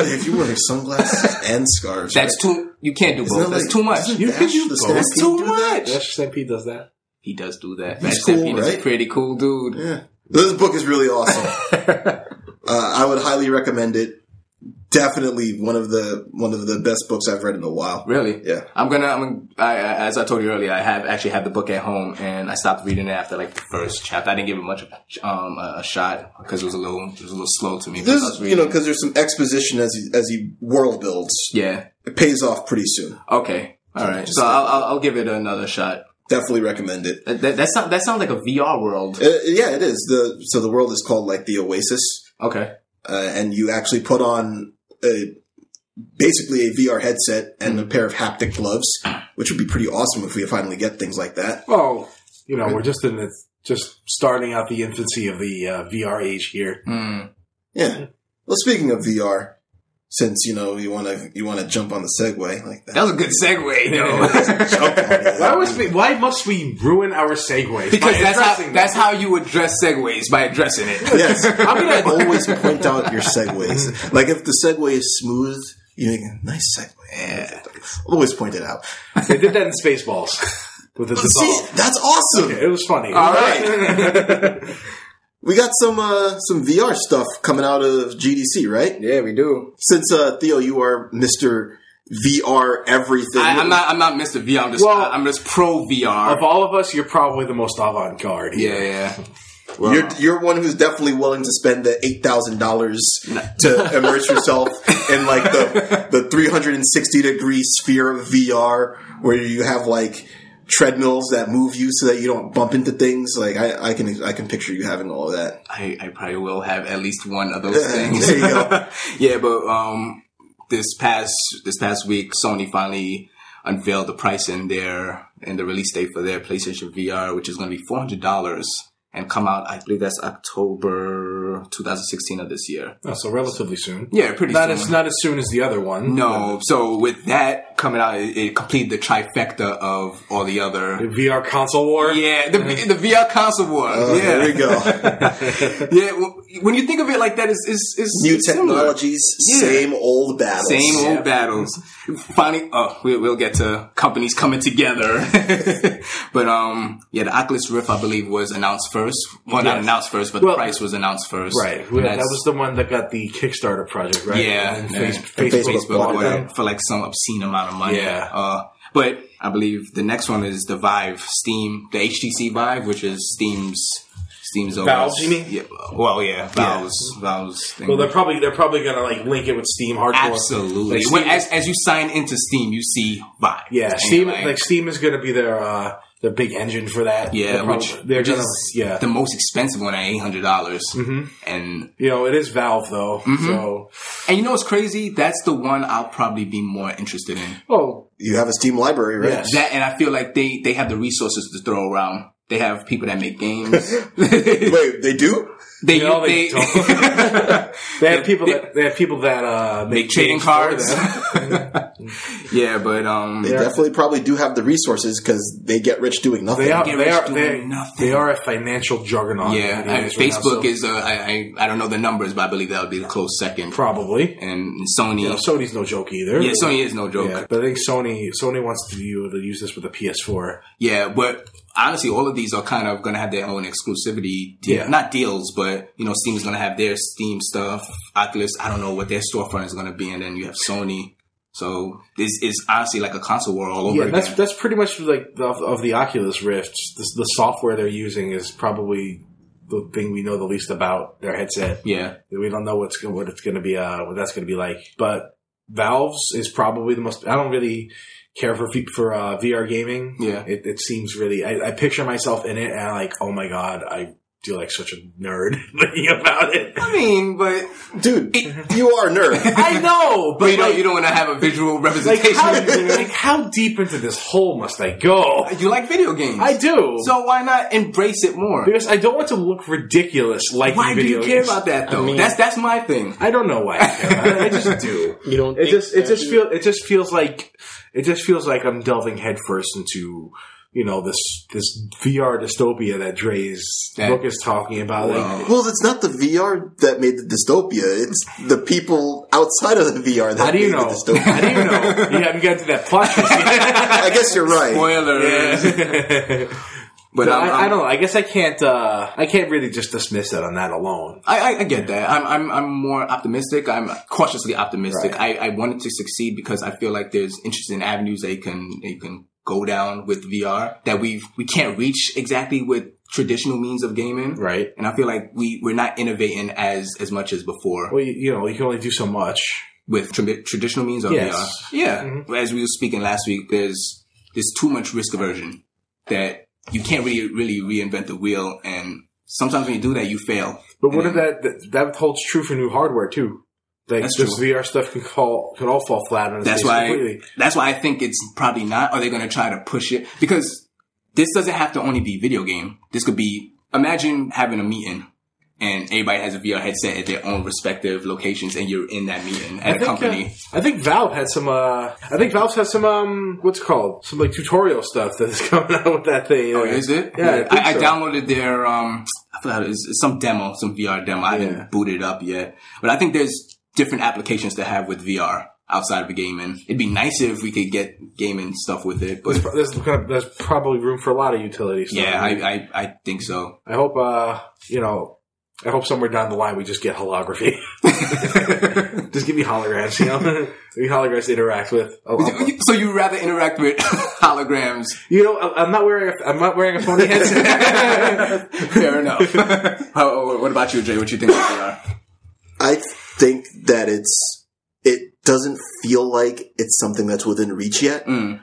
Speaker 2: if you wear sunglasses and scarves,
Speaker 5: That's too. You can't do both. That's too much.
Speaker 2: You can do both.
Speaker 5: That's too much.
Speaker 3: Dash Stampede does that.
Speaker 5: He does do that.
Speaker 2: He's
Speaker 5: That's
Speaker 2: cool,
Speaker 5: cool,
Speaker 2: right?
Speaker 5: a pretty cool dude.
Speaker 2: Yeah. This book is really awesome.
Speaker 5: [laughs]
Speaker 2: uh, I would highly recommend it. Definitely one of the one of the best books I've read in a while.
Speaker 5: Really?
Speaker 2: Yeah.
Speaker 5: I'm gonna. I'm. Gonna, I, I- as I told you earlier, I have actually have the book at home, and I stopped reading it after like the first chapter. I didn't give it much of a- um, a a shot because it was a little. It was a little slow to me. 'cause I
Speaker 2: There's,
Speaker 5: was
Speaker 2: you know,
Speaker 5: reading.
Speaker 2: because there's some exposition as he, as he world builds.
Speaker 5: Yeah.
Speaker 2: It pays off pretty soon.
Speaker 5: Okay. All right. So I'll, I'll, I'll give it another shot.
Speaker 2: Definitely recommend it.
Speaker 5: That that, that, sound, that sounds like a VR world.
Speaker 2: Uh, yeah, it is. The so the world is called like the Oasis,
Speaker 5: Okay.
Speaker 2: uh, and you actually put on a, basically a VR headset and a pair of haptic gloves, which would be pretty awesome if we finally get things like that.
Speaker 3: Well, you know, we're just in the just starting out the infancy of the uh, VR age here.
Speaker 5: Hmm.
Speaker 2: Yeah. Well, speaking of VR, since you know you want to you want to jump on the segue like
Speaker 5: That
Speaker 2: that.
Speaker 5: was a good
Speaker 2: [laughs]
Speaker 5: segue, though.
Speaker 3: Why was we, why must we ruin our segues?
Speaker 5: because
Speaker 3: by
Speaker 5: that's
Speaker 3: addressing
Speaker 5: how
Speaker 3: them?
Speaker 5: that's how you address segues by addressing it. [laughs]
Speaker 2: Yes,
Speaker 3: I'm
Speaker 2: [laughs]
Speaker 3: gonna-
Speaker 2: always point out your segues. Like if the segue is smooth, you make a nice segue.
Speaker 5: Yeah.
Speaker 2: Always point it out.
Speaker 3: They did that in
Speaker 2: [laughs]
Speaker 3: Spaceballs with the
Speaker 2: See,
Speaker 3: dissolve.
Speaker 2: that's awesome.
Speaker 3: It was funny.
Speaker 5: All
Speaker 3: right.
Speaker 2: We got some uh, some VR stuff coming out of GDC, right?
Speaker 5: Yeah, we do.
Speaker 2: Since uh, Theo, you are Mister VR everything.
Speaker 5: I, I'm not. I'm not Mr. VR. I'm just.
Speaker 3: Well-
Speaker 5: I'm just pro VR.
Speaker 3: of all of us, you're probably the most avant-garde.
Speaker 5: yeah, yeah.
Speaker 2: You're you're one who's definitely willing to spend the eight thousand dollars to immerse yourself in like the the three hundred and sixty degree sphere of VR, where you have like treadmills that move you so that you don't bump into things. Like I, I can I can picture you having all of that.
Speaker 5: I, I probably will have at least one of those things.
Speaker 2: There you go.
Speaker 5: [laughs] yeah, but um, this past this past week, Sony finally unveiled the price in their and the release date for their PlayStation VR, which is going to be four hundred dollars and come out. I believe that's October December 2016 of this year.
Speaker 3: Oh, so relatively soon.
Speaker 5: Yeah, pretty
Speaker 3: Not
Speaker 5: soon.
Speaker 3: as not as soon as the other one.
Speaker 5: no, so with that coming out, it, it completed the trifecta of all the
Speaker 3: The
Speaker 5: other.
Speaker 3: VR console war.
Speaker 5: Yeah, the, the VR console war.
Speaker 2: Oh,
Speaker 5: yeah,
Speaker 2: There we go.
Speaker 5: [laughs] yeah, well, when you think of it like that, it's it's, it's
Speaker 2: New
Speaker 5: it's similar.
Speaker 2: technologies,
Speaker 5: Yeah.
Speaker 2: same old battles.
Speaker 5: Same old battles. Finally, oh, we, we'll get to companies coming together. [laughs] but um, yeah, the Oculus Rift, I believe, was announced first. Well, not
Speaker 3: Yes.
Speaker 5: announced first, but
Speaker 3: Well-
Speaker 5: the price was announced first.
Speaker 3: Right.
Speaker 5: And
Speaker 3: That
Speaker 5: that's-
Speaker 3: was the one that got the Kickstarter project, right?
Speaker 5: yeah,
Speaker 3: And
Speaker 5: yeah.
Speaker 3: Face-
Speaker 5: And
Speaker 3: Facebook,
Speaker 2: Facebook
Speaker 3: bought
Speaker 5: bought it
Speaker 3: them.
Speaker 5: for like some obscene amount of money.
Speaker 3: Yeah.
Speaker 5: Uh, but I believe the next one is the Vive Steam, the HTC Vive, which is Steam's. Steam's OS.
Speaker 4: Valve's, you mean?
Speaker 5: Yeah, well, yeah, Valve's, Valve's thing.
Speaker 3: Well, they're probably they're probably gonna like link it with Steam hardcore.
Speaker 5: Absolutely.
Speaker 3: Like,
Speaker 5: When-
Speaker 3: Steam-
Speaker 5: as, as you sign into Steam, you see Vive.
Speaker 3: Yeah,
Speaker 5: And
Speaker 3: Steam
Speaker 5: you're like,
Speaker 3: like Steam is gonna be their uh their big engine for that.
Speaker 5: Yeah,
Speaker 3: they're, prob-
Speaker 5: which-
Speaker 3: they're
Speaker 5: which
Speaker 3: gonna
Speaker 5: is
Speaker 3: yeah. Mm-hmm.
Speaker 5: the most expensive one at eight hundred dollars, and
Speaker 3: you know, it is Valve though.
Speaker 5: Mm-hmm.
Speaker 3: So
Speaker 5: and you know what's crazy? That's the one I'll probably be more interested in.
Speaker 3: oh
Speaker 2: You have a Steam library, right?
Speaker 3: Yes.
Speaker 5: That and I feel like they they have the resources to throw around. They have people that make games.
Speaker 2: [laughs]
Speaker 5: they
Speaker 2: Wait, they do?
Speaker 3: You know, they
Speaker 5: [laughs]
Speaker 3: don't. [laughs] they have people that they have people that uh
Speaker 5: make trading
Speaker 3: games for
Speaker 5: cards. [laughs]
Speaker 3: them.
Speaker 5: yeah, but um,
Speaker 2: They definitely probably do have the resources because they get rich doing nothing.
Speaker 3: They are
Speaker 5: Get
Speaker 3: they
Speaker 5: rich
Speaker 3: are
Speaker 5: doing
Speaker 3: they,
Speaker 5: nothing.
Speaker 3: they are a financial juggernaut.
Speaker 5: yeah,
Speaker 3: It
Speaker 5: I-
Speaker 3: is right now,
Speaker 5: Facebook
Speaker 3: so
Speaker 5: is. Uh, I, I I don't know the numbers, but I believe that would be the close second.
Speaker 3: probably.
Speaker 5: And Sony,
Speaker 3: You know, Sony's no joke either.
Speaker 5: yeah, Sony is no joke.
Speaker 3: Yeah, but I think Sony Sony wants to you to use this with a PS4.
Speaker 5: Yeah, but honestly, all of these are kind of going to have their own exclusivity. Deal.
Speaker 3: Yeah.
Speaker 5: Not deals, but, you know, Steam's going to have their Steam stuff. Oculus, I don't know what their storefront is going to be. And then you have Sony. So it's, it's honestly like a console war all over
Speaker 3: Yeah,
Speaker 5: again.
Speaker 3: that's that's pretty much like the, of the Oculus Rift. The, the software they're using is probably the thing we know the least about their headset.
Speaker 5: yeah.
Speaker 3: We don't know what's go- what it's going to be, uh, what that's going to be like. But Valve's is probably the most. I don't really care for V- for uh, VR gaming.
Speaker 5: Yeah.
Speaker 3: it, it seems really. I, I picture myself in it, and I'm like, oh my god, I feel like such a nerd [laughs] thinking about it.
Speaker 5: I mean, but
Speaker 2: Dude, you are a
Speaker 5: [laughs]
Speaker 2: nerd.
Speaker 3: I know, but
Speaker 5: you don't,
Speaker 3: like-
Speaker 5: you don't want to have a
Speaker 3: [laughs]
Speaker 5: visual
Speaker 3: like
Speaker 5: representation.
Speaker 3: how, like how deep into this hole must I go?
Speaker 5: [laughs] you like video games.
Speaker 3: I do.
Speaker 5: So why not embrace it more?
Speaker 3: because I don't want to look ridiculous like
Speaker 5: Why do you
Speaker 3: video
Speaker 5: care
Speaker 3: games.
Speaker 5: about that though?
Speaker 4: mean-
Speaker 5: that's that's my thing.
Speaker 3: I don't know why I care about it. I
Speaker 5: [laughs]
Speaker 3: just do.
Speaker 4: You don't.
Speaker 3: It
Speaker 4: think
Speaker 3: just it
Speaker 4: that
Speaker 3: just
Speaker 4: you-
Speaker 3: feel it just feels like it just feels like I'm delving headfirst into you know this this VR dystopia that Dre's
Speaker 5: That-
Speaker 3: book is talking about. Like,
Speaker 2: well, it's not the VR that made the dystopia. It's the people outside of the VR that
Speaker 3: how do you
Speaker 2: made
Speaker 3: know?
Speaker 2: the dystopia.
Speaker 3: How do you know? You haven't gotten to that plot twist yet.
Speaker 2: [laughs] I guess you're right.
Speaker 5: Spoiler.
Speaker 3: [laughs]
Speaker 5: But
Speaker 3: No,
Speaker 5: I'm-
Speaker 3: I, I
Speaker 5: I'm-
Speaker 3: don't know. I guess I can't. Uh, I can't really just dismiss it on that alone.
Speaker 5: I, I, I get that. I'm, I'm, I'm more optimistic. I'm cautiously optimistic. I, I want it to succeed because I feel like there's interesting avenues they can, they can go down with VR that we've, we can't reach exactly with traditional means of gaming.
Speaker 3: Right.
Speaker 5: And I feel like we, we're not innovating as, as much as before
Speaker 3: Well, you, you know, you can only do so much.
Speaker 5: with tra- traditional means of
Speaker 3: Yes. Mm-hmm.
Speaker 5: VR. Yeah. As we were speaking last week, there's, there's too much risk aversion that you can't really, really reinvent the wheel. And sometimes when you do that, you fail.
Speaker 3: But what if
Speaker 5: And
Speaker 3: that, that that holds true for new hardware too? Like
Speaker 5: Mm-hmm. That's
Speaker 3: this
Speaker 5: true.
Speaker 3: VR stuff can fall can all fall flat on its
Speaker 5: That's
Speaker 3: face
Speaker 5: why.
Speaker 3: completely.
Speaker 5: That's why I think it's probably not. Are they going to try to push it? Because this doesn't have to only be video game. This could be. Imagine having a meeting and everybody has a VR headset at their own respective locations, and you're in that meeting at a
Speaker 3: uh,
Speaker 5: company.
Speaker 3: I think Valve had some. Uh, I think Valve has some. Um, what's it called some like tutorial stuff that is [laughs] coming out with that thing.
Speaker 5: Oh, is it?
Speaker 3: Yeah, I think
Speaker 5: I, I,
Speaker 3: so.
Speaker 5: downloaded their. Um, I forgot it's it's some demo, some VR demo. I
Speaker 3: Yeah.
Speaker 5: haven't booted it up yet, but I think there's different applications to have with VR outside of gaming. It'd be nice if we could get gaming stuff with it, but
Speaker 3: There's, pro- there's probably room for a lot of utility stuff.
Speaker 5: yeah, I, I I think so.
Speaker 3: I hope. Uh, you know, I hope somewhere down the line we just get holography. just give me holograms. You know, [laughs] give me holograms to interact with. Oh, I'll-
Speaker 5: So you rather interact with [laughs] holograms?
Speaker 3: You know, I- I'm not wearing a, I'm not wearing a phony headset. [laughs]
Speaker 5: [laughs]
Speaker 2: [laughs]
Speaker 5: Fair enough. How, what about you, Jay? What you think they are?
Speaker 2: I think that it's it doesn't feel like it's something that's within reach yet.
Speaker 3: Mm.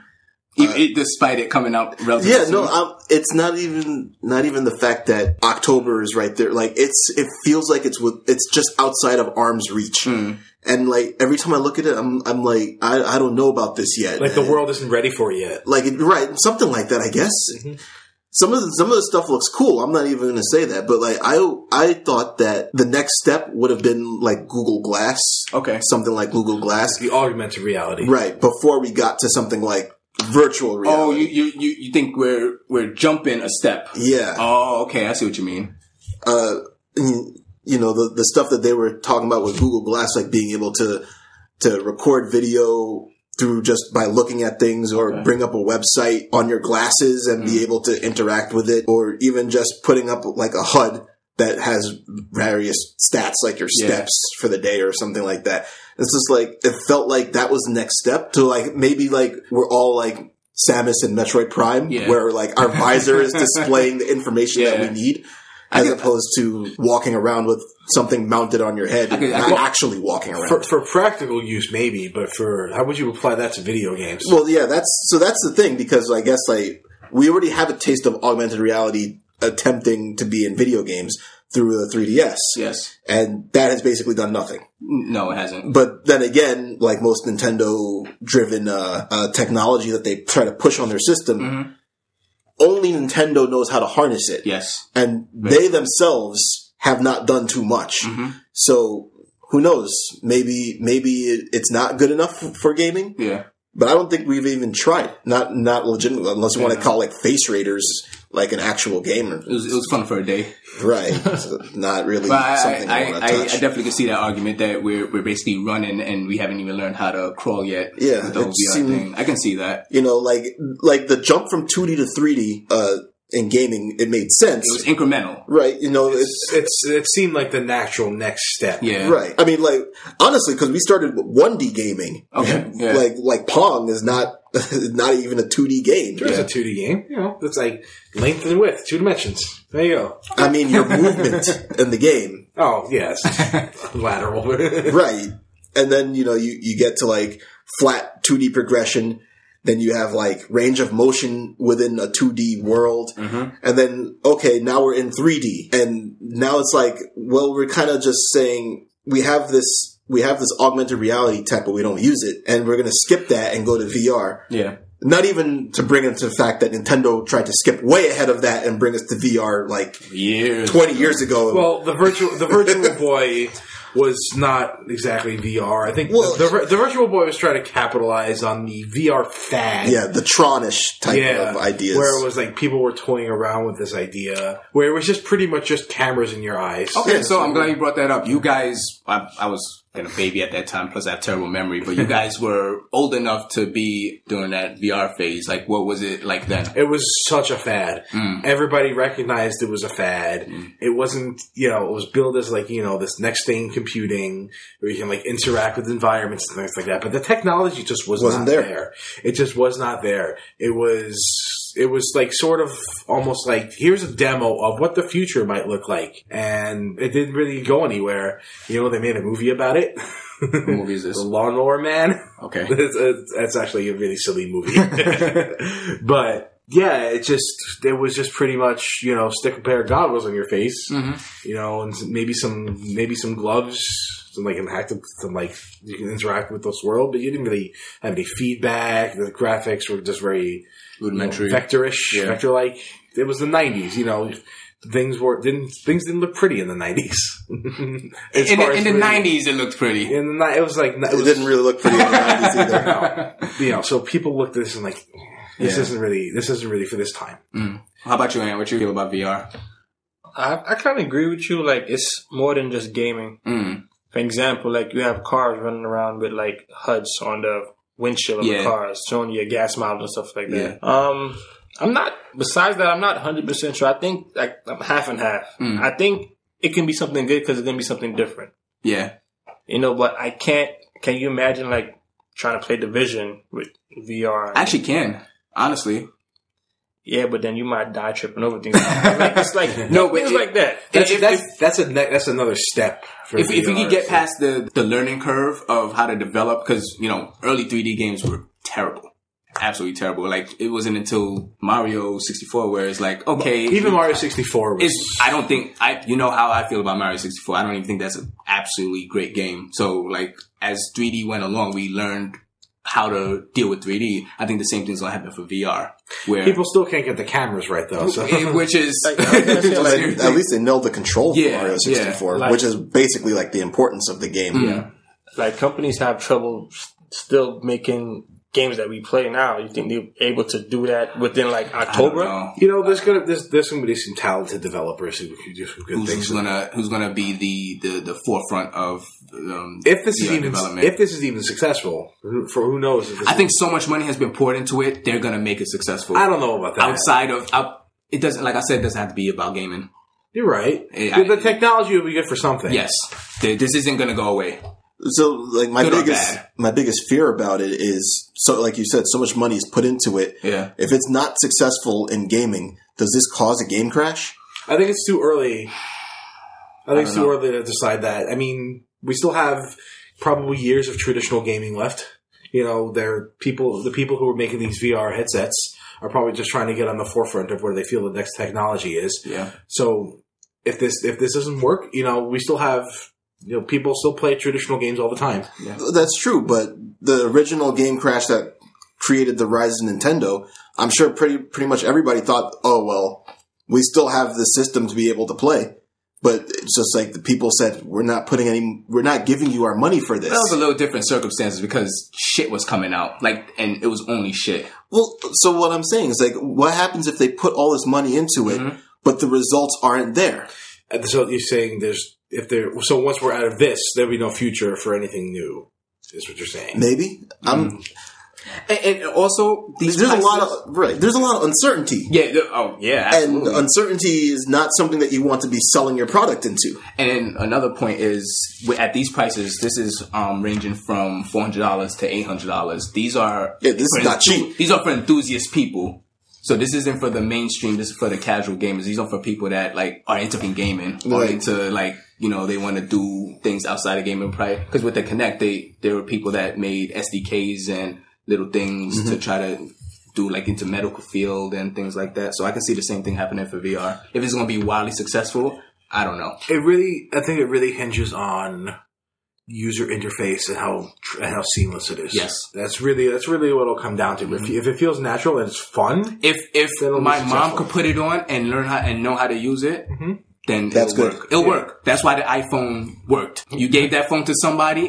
Speaker 5: E- e- despite it coming out relatively
Speaker 2: Uh, Yeah, no,
Speaker 5: soon?
Speaker 2: um it's not even not even the fact that October is right there. Like it's it feels like it's with it's just outside of arm's reach.
Speaker 3: Mm.
Speaker 5: Mm,
Speaker 2: And like every time I look at it, I'm I'm like I I don't know about this yet.
Speaker 3: like the world isn't ready for it yet.
Speaker 5: Mm-hmm.
Speaker 2: like it- right something like that, I guess. some of the, some of the stuff looks cool. I'm not even going to say that, but like I I thought that the next step would have been like Google Glass,
Speaker 5: Okay.
Speaker 2: something like Google Glass,
Speaker 3: The augmented reality.
Speaker 2: right? Before we got to something like virtual reality.
Speaker 5: Oh, you, you, you, you think we're we're jumping a step?
Speaker 2: yeah.
Speaker 5: Oh, okay. I see what you mean.
Speaker 2: uh, you know, the, the stuff that they were talking about with Google Glass, like being able to, to record video through just by looking at things or bring up a website on your glasses and
Speaker 5: Mm.
Speaker 2: be able to interact with it or even just putting up like a HUD that has various stats like your
Speaker 5: Yeah.
Speaker 2: steps for the day or something like that. It's just like, it felt like that was the next step to like, maybe like we're all like Samus and Metroid Prime
Speaker 5: Yeah.
Speaker 2: where like our visor is displaying
Speaker 5: [laughs]
Speaker 2: the information that we
Speaker 5: Yeah.
Speaker 2: need as opposed to walking around with something mounted on your head,
Speaker 5: could- I
Speaker 2: not
Speaker 5: could-
Speaker 2: actually walking around.
Speaker 3: For, for practical use, maybe, but for how would you apply that to video games?
Speaker 2: well, yeah, that's so that's the thing because I guess like we already have a taste of augmented reality attempting to be in video games through the 3DS,
Speaker 5: Yes.
Speaker 2: and that has basically done nothing.
Speaker 5: No, it hasn't.
Speaker 2: But then again, like most Nintendo-driven uh, uh, technology that they try to push on their system.
Speaker 5: Mm-hmm.
Speaker 2: Only Nintendo knows how to harness it.
Speaker 5: Yes.
Speaker 2: and they themselves have not done too much.
Speaker 5: Mm-hmm.
Speaker 2: So who knows? Maybe maybe it- it's not good enough f- for gaming,
Speaker 5: Yeah.
Speaker 2: but I don't think we've even tried. Not not legitimately, unless you want
Speaker 5: Yeah.
Speaker 2: to call like Face Raiders like an actual game, or-
Speaker 5: It was, it was fun for a day. [laughs]
Speaker 2: right? So not really
Speaker 5: But I,
Speaker 2: something
Speaker 5: I,
Speaker 2: I
Speaker 5: I,
Speaker 2: want
Speaker 5: I
Speaker 2: to touch.
Speaker 5: definitely can see that argument that we're, we're basically running and we haven't even learned how to crawl yet.
Speaker 2: Yeah,
Speaker 5: With the whole
Speaker 2: it
Speaker 5: VR
Speaker 2: seemed-
Speaker 5: thing. I can see that.
Speaker 2: you know, like like the jump from 2D to 3D uh, in gaming, it made sense,
Speaker 5: It was incremental.
Speaker 2: right? You know, it's
Speaker 3: It's it seemed like the natural next step.
Speaker 5: Yeah.
Speaker 2: Right. I mean, like honestly, because we started with 1D gaming.
Speaker 5: Okay, yeah.
Speaker 2: Like like Pong is not [laughs] not even a 2D game.
Speaker 3: There's a 2D game, you know, that's like length and width, two dimensions. There you go.
Speaker 2: I mean, your movement in the game,
Speaker 3: Oh yes, lateral. [laughs]
Speaker 2: right? And then you know you you get to like flat 2D progression. Then you have like range of motion within a 2D world. And then, okay, now we're in 3D. And now it's like, well, we're kind of just saying we have this, we have this augmented reality tech, but we don't use it. And we're going to skip that and go to VR.
Speaker 5: Yeah.
Speaker 2: not even to bring into the fact that Nintendo tried to skip way ahead of that and bring us to VR like
Speaker 5: Years.
Speaker 2: 20 years ago.
Speaker 3: well, the virtual the
Speaker 2: [laughs]
Speaker 3: virtual boy was not exactly VR. I think
Speaker 2: Well-
Speaker 3: the, the the virtual boy was trying to capitalize on the VR fad.
Speaker 2: yeah, the Tronish type
Speaker 3: yeah,
Speaker 2: of ideas.
Speaker 3: Where it was like people were toying around with this idea, where it was just pretty much just cameras in your eyes.
Speaker 2: Oh,
Speaker 5: Okay, so I'm glad you brought that up. You guys, I, I was kind of baby at that time, plus I have terrible memory, [laughs] but you guys were old enough to be during that VR phase. Like, what was it like then?
Speaker 3: It was such a fad.
Speaker 5: Mm.
Speaker 3: Everybody recognized it was a fad. It wasn't, you know, it was billed as like, you know, this next thing in computing where you can like interact with environments and things like that. But the technology just was
Speaker 2: Wasn't
Speaker 3: not
Speaker 2: there.
Speaker 3: there. It just was not there. It was, it was like sort of almost like, here's a demo of what the future might look like. And it didn't really go anywhere. You know, they made a movie about it.
Speaker 5: What movie is
Speaker 3: [laughs]
Speaker 5: this?
Speaker 3: The Lawnmower Man.
Speaker 5: Okay.
Speaker 3: It's, it's, it's actually a really silly
Speaker 5: [laughs]
Speaker 3: movie. but yeah, it just, it was just pretty much, you know, stick a pair of goggles on your face,
Speaker 5: Mm-hmm.
Speaker 3: you know, and maybe some, maybe some gloves, some like interactive, some like you can interact with this world, but you didn't really have any feedback. The graphics were just very you know,
Speaker 5: Rudimentary.
Speaker 3: vectorish,
Speaker 5: Yeah.
Speaker 3: vector like. It was the 90s, you know. Things were didn't things didn't look pretty in the nineties. [laughs] in
Speaker 5: in the, in the 90s, it looked pretty.
Speaker 3: in the night, it was like it,
Speaker 2: it
Speaker 3: was-
Speaker 2: didn't really look pretty in the 90s either.
Speaker 5: [laughs]
Speaker 2: [laughs]
Speaker 3: no. you know, so people looked at this and like, this
Speaker 5: Yeah.
Speaker 3: isn't really, this isn't really for this time.
Speaker 5: How about you, Ann? What you feel about VR?
Speaker 4: I, I kind of agree with you. Like, it's more than just gaming.
Speaker 5: Mm.
Speaker 4: For example, like, you have cars running around with, like, HUDs on the windshield of
Speaker 5: Yeah.
Speaker 4: the cars, showing your gas mileage and stuff like
Speaker 5: Yeah.
Speaker 4: that. Um, I'm not, besides that, I'm not 100% sure. I think, like, I'm half and half.
Speaker 5: Mm.
Speaker 4: I think it can be something good because it's going to be something different.
Speaker 5: Yeah.
Speaker 4: You know, but I can't, can you imagine, like, trying to play Division with VR?
Speaker 5: I actually can. Honestly.
Speaker 4: yeah, but then you might die tripping over things. [laughs] like, it's like, no,
Speaker 5: No, but
Speaker 4: things
Speaker 5: it-
Speaker 4: like that.
Speaker 3: That's,
Speaker 5: If-
Speaker 3: that's, that's, a ne- that's another step. For
Speaker 5: If, if you could
Speaker 3: VR.
Speaker 5: get past the, the learning curve of how to develop, because, you know, early 3D games were terrible. Absolutely terrible. Like, it wasn't until Mario 64 where it's like, okay.
Speaker 3: even Mario 64 was,
Speaker 5: It's, I don't think I. You know how I feel about Mario 64. I don't even think that's an absolutely great game. So like as 3D went along, we learned how to deal with 3D. I think the same thing's gonna happen for VR,
Speaker 3: [laughs]
Speaker 5: where
Speaker 3: People still can't get the cameras right though. So
Speaker 5: eh, [laughs] which is
Speaker 4: [laughs] Like, I was gonna say,
Speaker 2: But
Speaker 5: [laughs]
Speaker 2: at, at least they nailed the control for
Speaker 5: Yeah,
Speaker 2: Mario 64,
Speaker 4: yeah, like-
Speaker 2: which is basically like the importance of the game.
Speaker 5: Mm.
Speaker 4: like companies have trouble s- still making games that we play now. You think they're able to do that within like
Speaker 5: I don't
Speaker 4: October?
Speaker 5: know.
Speaker 3: [laughs] you know, there's gonna there's there's gonna be some talented developers who could do some good
Speaker 5: Who's,
Speaker 3: things.
Speaker 5: who's gonna who's gonna be the the, the forefront of um,
Speaker 3: If this is
Speaker 5: VR
Speaker 3: even if this is even successful, who- for who knows? If this
Speaker 5: I think
Speaker 3: is-
Speaker 5: so much money has been poured into it, they're gonna make it successful.
Speaker 3: I don't know about that.
Speaker 5: Outside of out, it doesn't like I said, it doesn't have to be about gaming.
Speaker 3: You're right.
Speaker 5: Yeah,
Speaker 3: the
Speaker 5: I-
Speaker 3: technology will be good for something.
Speaker 5: Yes, Th- this isn't gonna go away.
Speaker 2: So like my
Speaker 5: Good or
Speaker 2: biggest
Speaker 5: bad?
Speaker 2: my biggest fear about it is so like you said, so much money is put into it.
Speaker 5: Yeah,
Speaker 2: If it's not successful in gaming, does this cause a game crash?
Speaker 3: I think it's too early. I think it's
Speaker 5: don't
Speaker 3: too
Speaker 5: know.
Speaker 3: early to decide that. I mean, we still have probably years of traditional gaming left. You know, there people the people who are making these VR headsets are probably just trying to get on the forefront of where they feel the next technology is.
Speaker 5: yeah.
Speaker 3: So if this if this doesn't work, you know, we still have you know people still play traditional games all the time.
Speaker 2: That's true, but the original game crash that created the rise of Nintendo, I'm sure pretty pretty much everybody thought, oh well, we still have the system to be able to play. But it's just like the people said, we're not putting any, we're not giving you our money for this.
Speaker 5: That was a little different circumstances because shit was coming out, like, and it was only shit.
Speaker 2: Well, so what I'm saying is like, what happens if they put all this money into it,
Speaker 5: Mhm.
Speaker 2: but the results aren't there?
Speaker 3: And So you're saying there's if there so once we're out of this, there'll be no future for anything new. Is what you're saying?
Speaker 2: Maybe
Speaker 5: Mm-hmm.
Speaker 2: I'm.
Speaker 5: And, and also, these
Speaker 2: There's a lot
Speaker 5: prices-
Speaker 2: of right. There's a lot of uncertainty,
Speaker 5: yeah. th- Oh, yeah.
Speaker 2: and
Speaker 5: absolutely.
Speaker 2: uncertainty is not something that you want to be selling your product into.
Speaker 5: And another point is wi- at these prices, this is um, ranging from four hundred dollars to eight hundred dollars. These are
Speaker 2: Yeah, this
Speaker 5: for
Speaker 2: is not
Speaker 5: enthu-
Speaker 2: cheap.
Speaker 5: These are for enthusiast people. So this isn't for the mainstream. This is for the casual gamers. These are for people that like are into gaming or
Speaker 2: Right.
Speaker 5: into like you know they want to do things outside of gaming. Probably because with the Connect, they there were people that made SDKs and little things
Speaker 2: Mm-hmm.
Speaker 5: to try to do like into medical field and things like that. So I can see the same thing happening for VR. If it's going to be wildly successful, I don't know.
Speaker 3: it really i think it really hinges on user interface and how tr- and how seamless it is
Speaker 5: Yes.
Speaker 3: that's really that's really what it'll come down to
Speaker 2: Mm-hmm.
Speaker 3: if, if it feels natural and it's fun
Speaker 5: if if
Speaker 3: That'll be
Speaker 5: my mom
Speaker 3: successful.
Speaker 5: could put it on and learn how and know how to use it,
Speaker 4: Mm-hmm.
Speaker 3: Mhm.
Speaker 5: then
Speaker 2: That's
Speaker 5: it'll
Speaker 2: good.
Speaker 5: work. It'll work. That's why the iPhone worked. You gave that phone to somebody,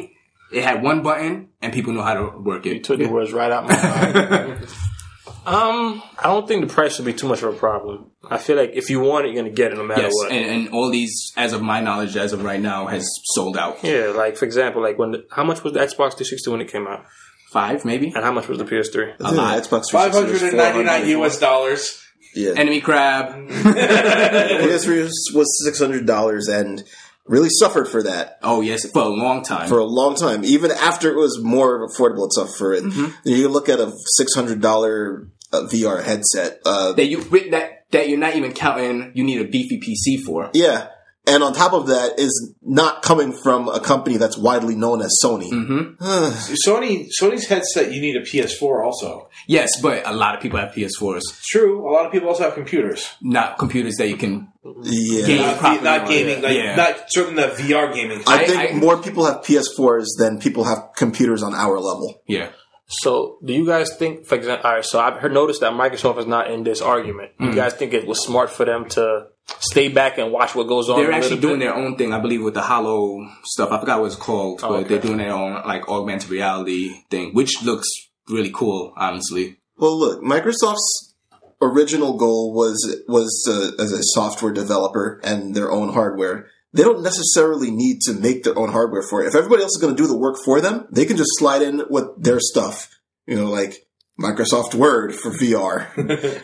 Speaker 5: it had one button, and people know how to work
Speaker 4: You
Speaker 5: it.
Speaker 4: took the words right out my mouth.
Speaker 5: [laughs]
Speaker 4: um, I don't think the price should be too much of a problem. I feel like if you want it, you're gonna get it no matter
Speaker 5: Yes,
Speaker 4: what.
Speaker 5: and, and all these, as of my knowledge, as of right now, has sold out.
Speaker 4: yeah, like for example, like when the, how much was the Xbox 360 when it came out,
Speaker 5: Five, maybe.
Speaker 4: and how much was the PS3?
Speaker 2: A
Speaker 5: lot.
Speaker 2: Xbox 360 was 400.
Speaker 3: dollars
Speaker 2: Yeah,
Speaker 5: Enemy crab.
Speaker 4: Mm-hmm.
Speaker 2: PS3 E was six hundred dollars and really suffered for that
Speaker 5: Oh yes, for a long time.
Speaker 2: for a long time. Even after it was more affordable, it suffered for it. You look at a six hundred dollar uh, VR headset. Uh,
Speaker 5: that you with that that you're not even counting. You need a beefy PC for.
Speaker 2: yeah, and on top of that is not coming from a company that's widely known as Sony.
Speaker 5: hmm
Speaker 3: Mm. sony sony's headset you need a ps4 also
Speaker 5: Yes, but a lot of people have PS4s,
Speaker 3: it's true a lot of people also have computers
Speaker 5: not computers that you can
Speaker 2: [sighs] Yeah.
Speaker 5: Game. Not- Properly not on, gaming,
Speaker 3: gaming
Speaker 5: yeah. like, Yeah. not-
Speaker 3: certainly not vr gaming
Speaker 2: I
Speaker 5: I-
Speaker 2: think
Speaker 5: I-
Speaker 2: more people have PS4s than people have computers on our level.
Speaker 5: Yeah.
Speaker 4: So, do you guys think, for example, all right, so I've heard, noticed that Microsoft is not in this argument.
Speaker 5: Mm.
Speaker 4: You guys think it was smart for them to stay back and watch what goes on?
Speaker 5: They're
Speaker 4: a little
Speaker 5: actually
Speaker 4: bit?
Speaker 5: doing their own thing, I believe, with the hollow stuff. I forgot what it's called, but
Speaker 4: okay.
Speaker 5: they're doing their own like augmented reality thing, which looks really cool, honestly.
Speaker 2: Well, look, Microsoft's original goal was was uh, as a software developer and their own hardware. They don't necessarily need to make their own hardware for it. If everybody else is going to do the work for them, they can just slide in with their stuff. You know, like Microsoft Word for VR.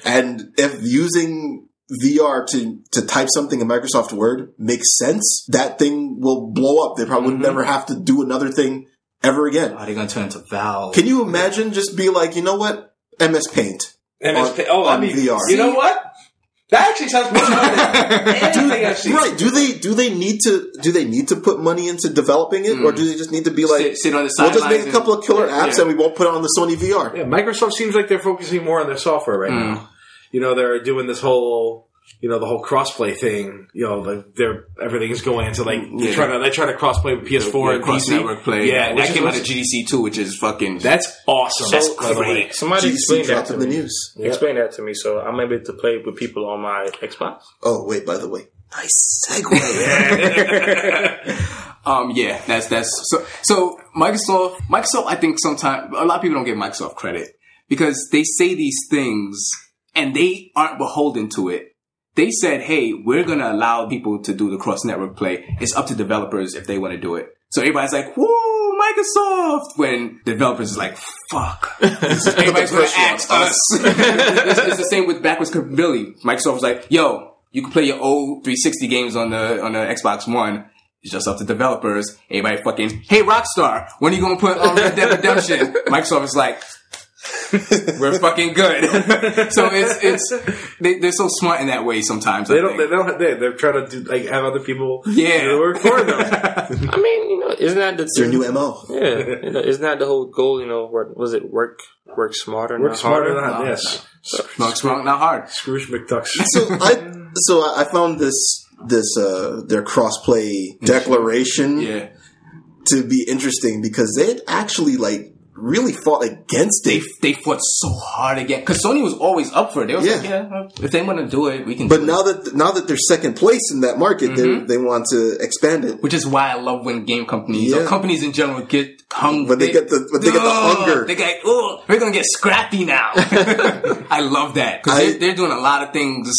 Speaker 2: and if using VR to to type something in Microsoft Word makes sense, that thing will blow up. They probably would
Speaker 5: Mhm.
Speaker 2: never have to do another thing ever again.
Speaker 5: Are they gonna turn into Valve? [laughs]
Speaker 2: Can you imagine just be like, you know what? MS Paint. On-
Speaker 3: oh,
Speaker 2: on VR.
Speaker 3: know what that actually sounds
Speaker 2: [laughs]
Speaker 3: much better than anything I've seen.
Speaker 2: Right. Do they do they need to do they need to put money into developing it? Or do they just need to be like
Speaker 5: sit, sit on the
Speaker 2: we'll
Speaker 5: sidelines?
Speaker 2: just make a
Speaker 5: Hmm. and-
Speaker 2: couple of killer apps
Speaker 5: Yeah.
Speaker 2: and we won't put it on the Sony VR?
Speaker 5: Hmm.
Speaker 3: Yeah, Microsoft seems like they're focusing more on their software right now. You know, they're doing this whole you know the whole crossplay thing. You know, like they're everything is going into like
Speaker 5: Yeah.
Speaker 3: they're trying to they try to crossplay with PS4
Speaker 5: Yeah,
Speaker 3: and
Speaker 5: cross
Speaker 3: PC.
Speaker 5: network play.
Speaker 3: Yeah,
Speaker 5: that
Speaker 3: which
Speaker 5: came
Speaker 3: is-
Speaker 5: out of GDC too, which is fucking.
Speaker 3: That's awesome.
Speaker 4: So-
Speaker 3: by the way.
Speaker 4: Somebody
Speaker 2: GDC
Speaker 4: explain that
Speaker 2: dropped
Speaker 4: to
Speaker 2: in the
Speaker 4: me.
Speaker 2: news.
Speaker 4: Explain that to me, so I'm able to play with people on my Xbox.
Speaker 2: Oh wait, by the way, nice segue.
Speaker 5: [laughs] Um, yeah, that's that's so so Microsoft Microsoft I think sometimes a lot of people don't give Microsoft credit because they say these things and they aren't beholden to it. They said, "Hey, we're going to allow people to do the cross network play. It's up to developers if they want to do it." So everybody's like, "Woo, Microsoft!" When developers is like, "Fuck, everybody's going to ask [laughs] us." it's, it's the same with backwards compatibility. Microsoft was like, "Yo, you can play your old 360 games on the on the Xbox One." It's just up to developers. Everybody fucking, hey Rockstar, when are you gonna put on Red Dead Redemption? Microsoft is like, we're fucking good. [laughs] so it's it's they, they're so smart in that way sometimes.
Speaker 3: They
Speaker 5: I
Speaker 3: don't. They
Speaker 5: think.
Speaker 3: don't. They, they're trying to do, like have other people
Speaker 5: Yeah.
Speaker 3: do the work for
Speaker 5: [laughs]
Speaker 3: them.
Speaker 4: I mean, you know, isn't that the
Speaker 2: Their new mo.
Speaker 4: Yeah, you know, isn't that the whole goal? You know, work, was it work work smarter,
Speaker 3: work
Speaker 4: not
Speaker 3: smarter
Speaker 4: harder?
Speaker 3: than yes.
Speaker 5: Not smart, not hard.
Speaker 3: Scrooge
Speaker 5: [laughs]
Speaker 3: McDucks.
Speaker 2: So I so I I found this this uh their crossplay declaration
Speaker 5: Yeah,
Speaker 2: to be interesting because they had actually like really fought against
Speaker 5: they
Speaker 2: it.
Speaker 5: they fought so hard again because Sony was always up for it. They was like,
Speaker 2: Yeah.
Speaker 5: yeah, if they want to do it, we can.
Speaker 2: But
Speaker 5: do
Speaker 2: now
Speaker 5: it.
Speaker 2: that now that they're second place in that market,
Speaker 5: Mm-hmm.
Speaker 2: they they want to expand it.
Speaker 5: Which is why I love when game companies
Speaker 2: Yeah.
Speaker 5: or companies in general get hungry.
Speaker 2: When they get the- when they get the hunger.
Speaker 5: They get oh, we're gonna get
Speaker 2: [laughs]
Speaker 5: scrappy now. [laughs] I love that because
Speaker 2: I-
Speaker 5: they're, they're doing a lot of things.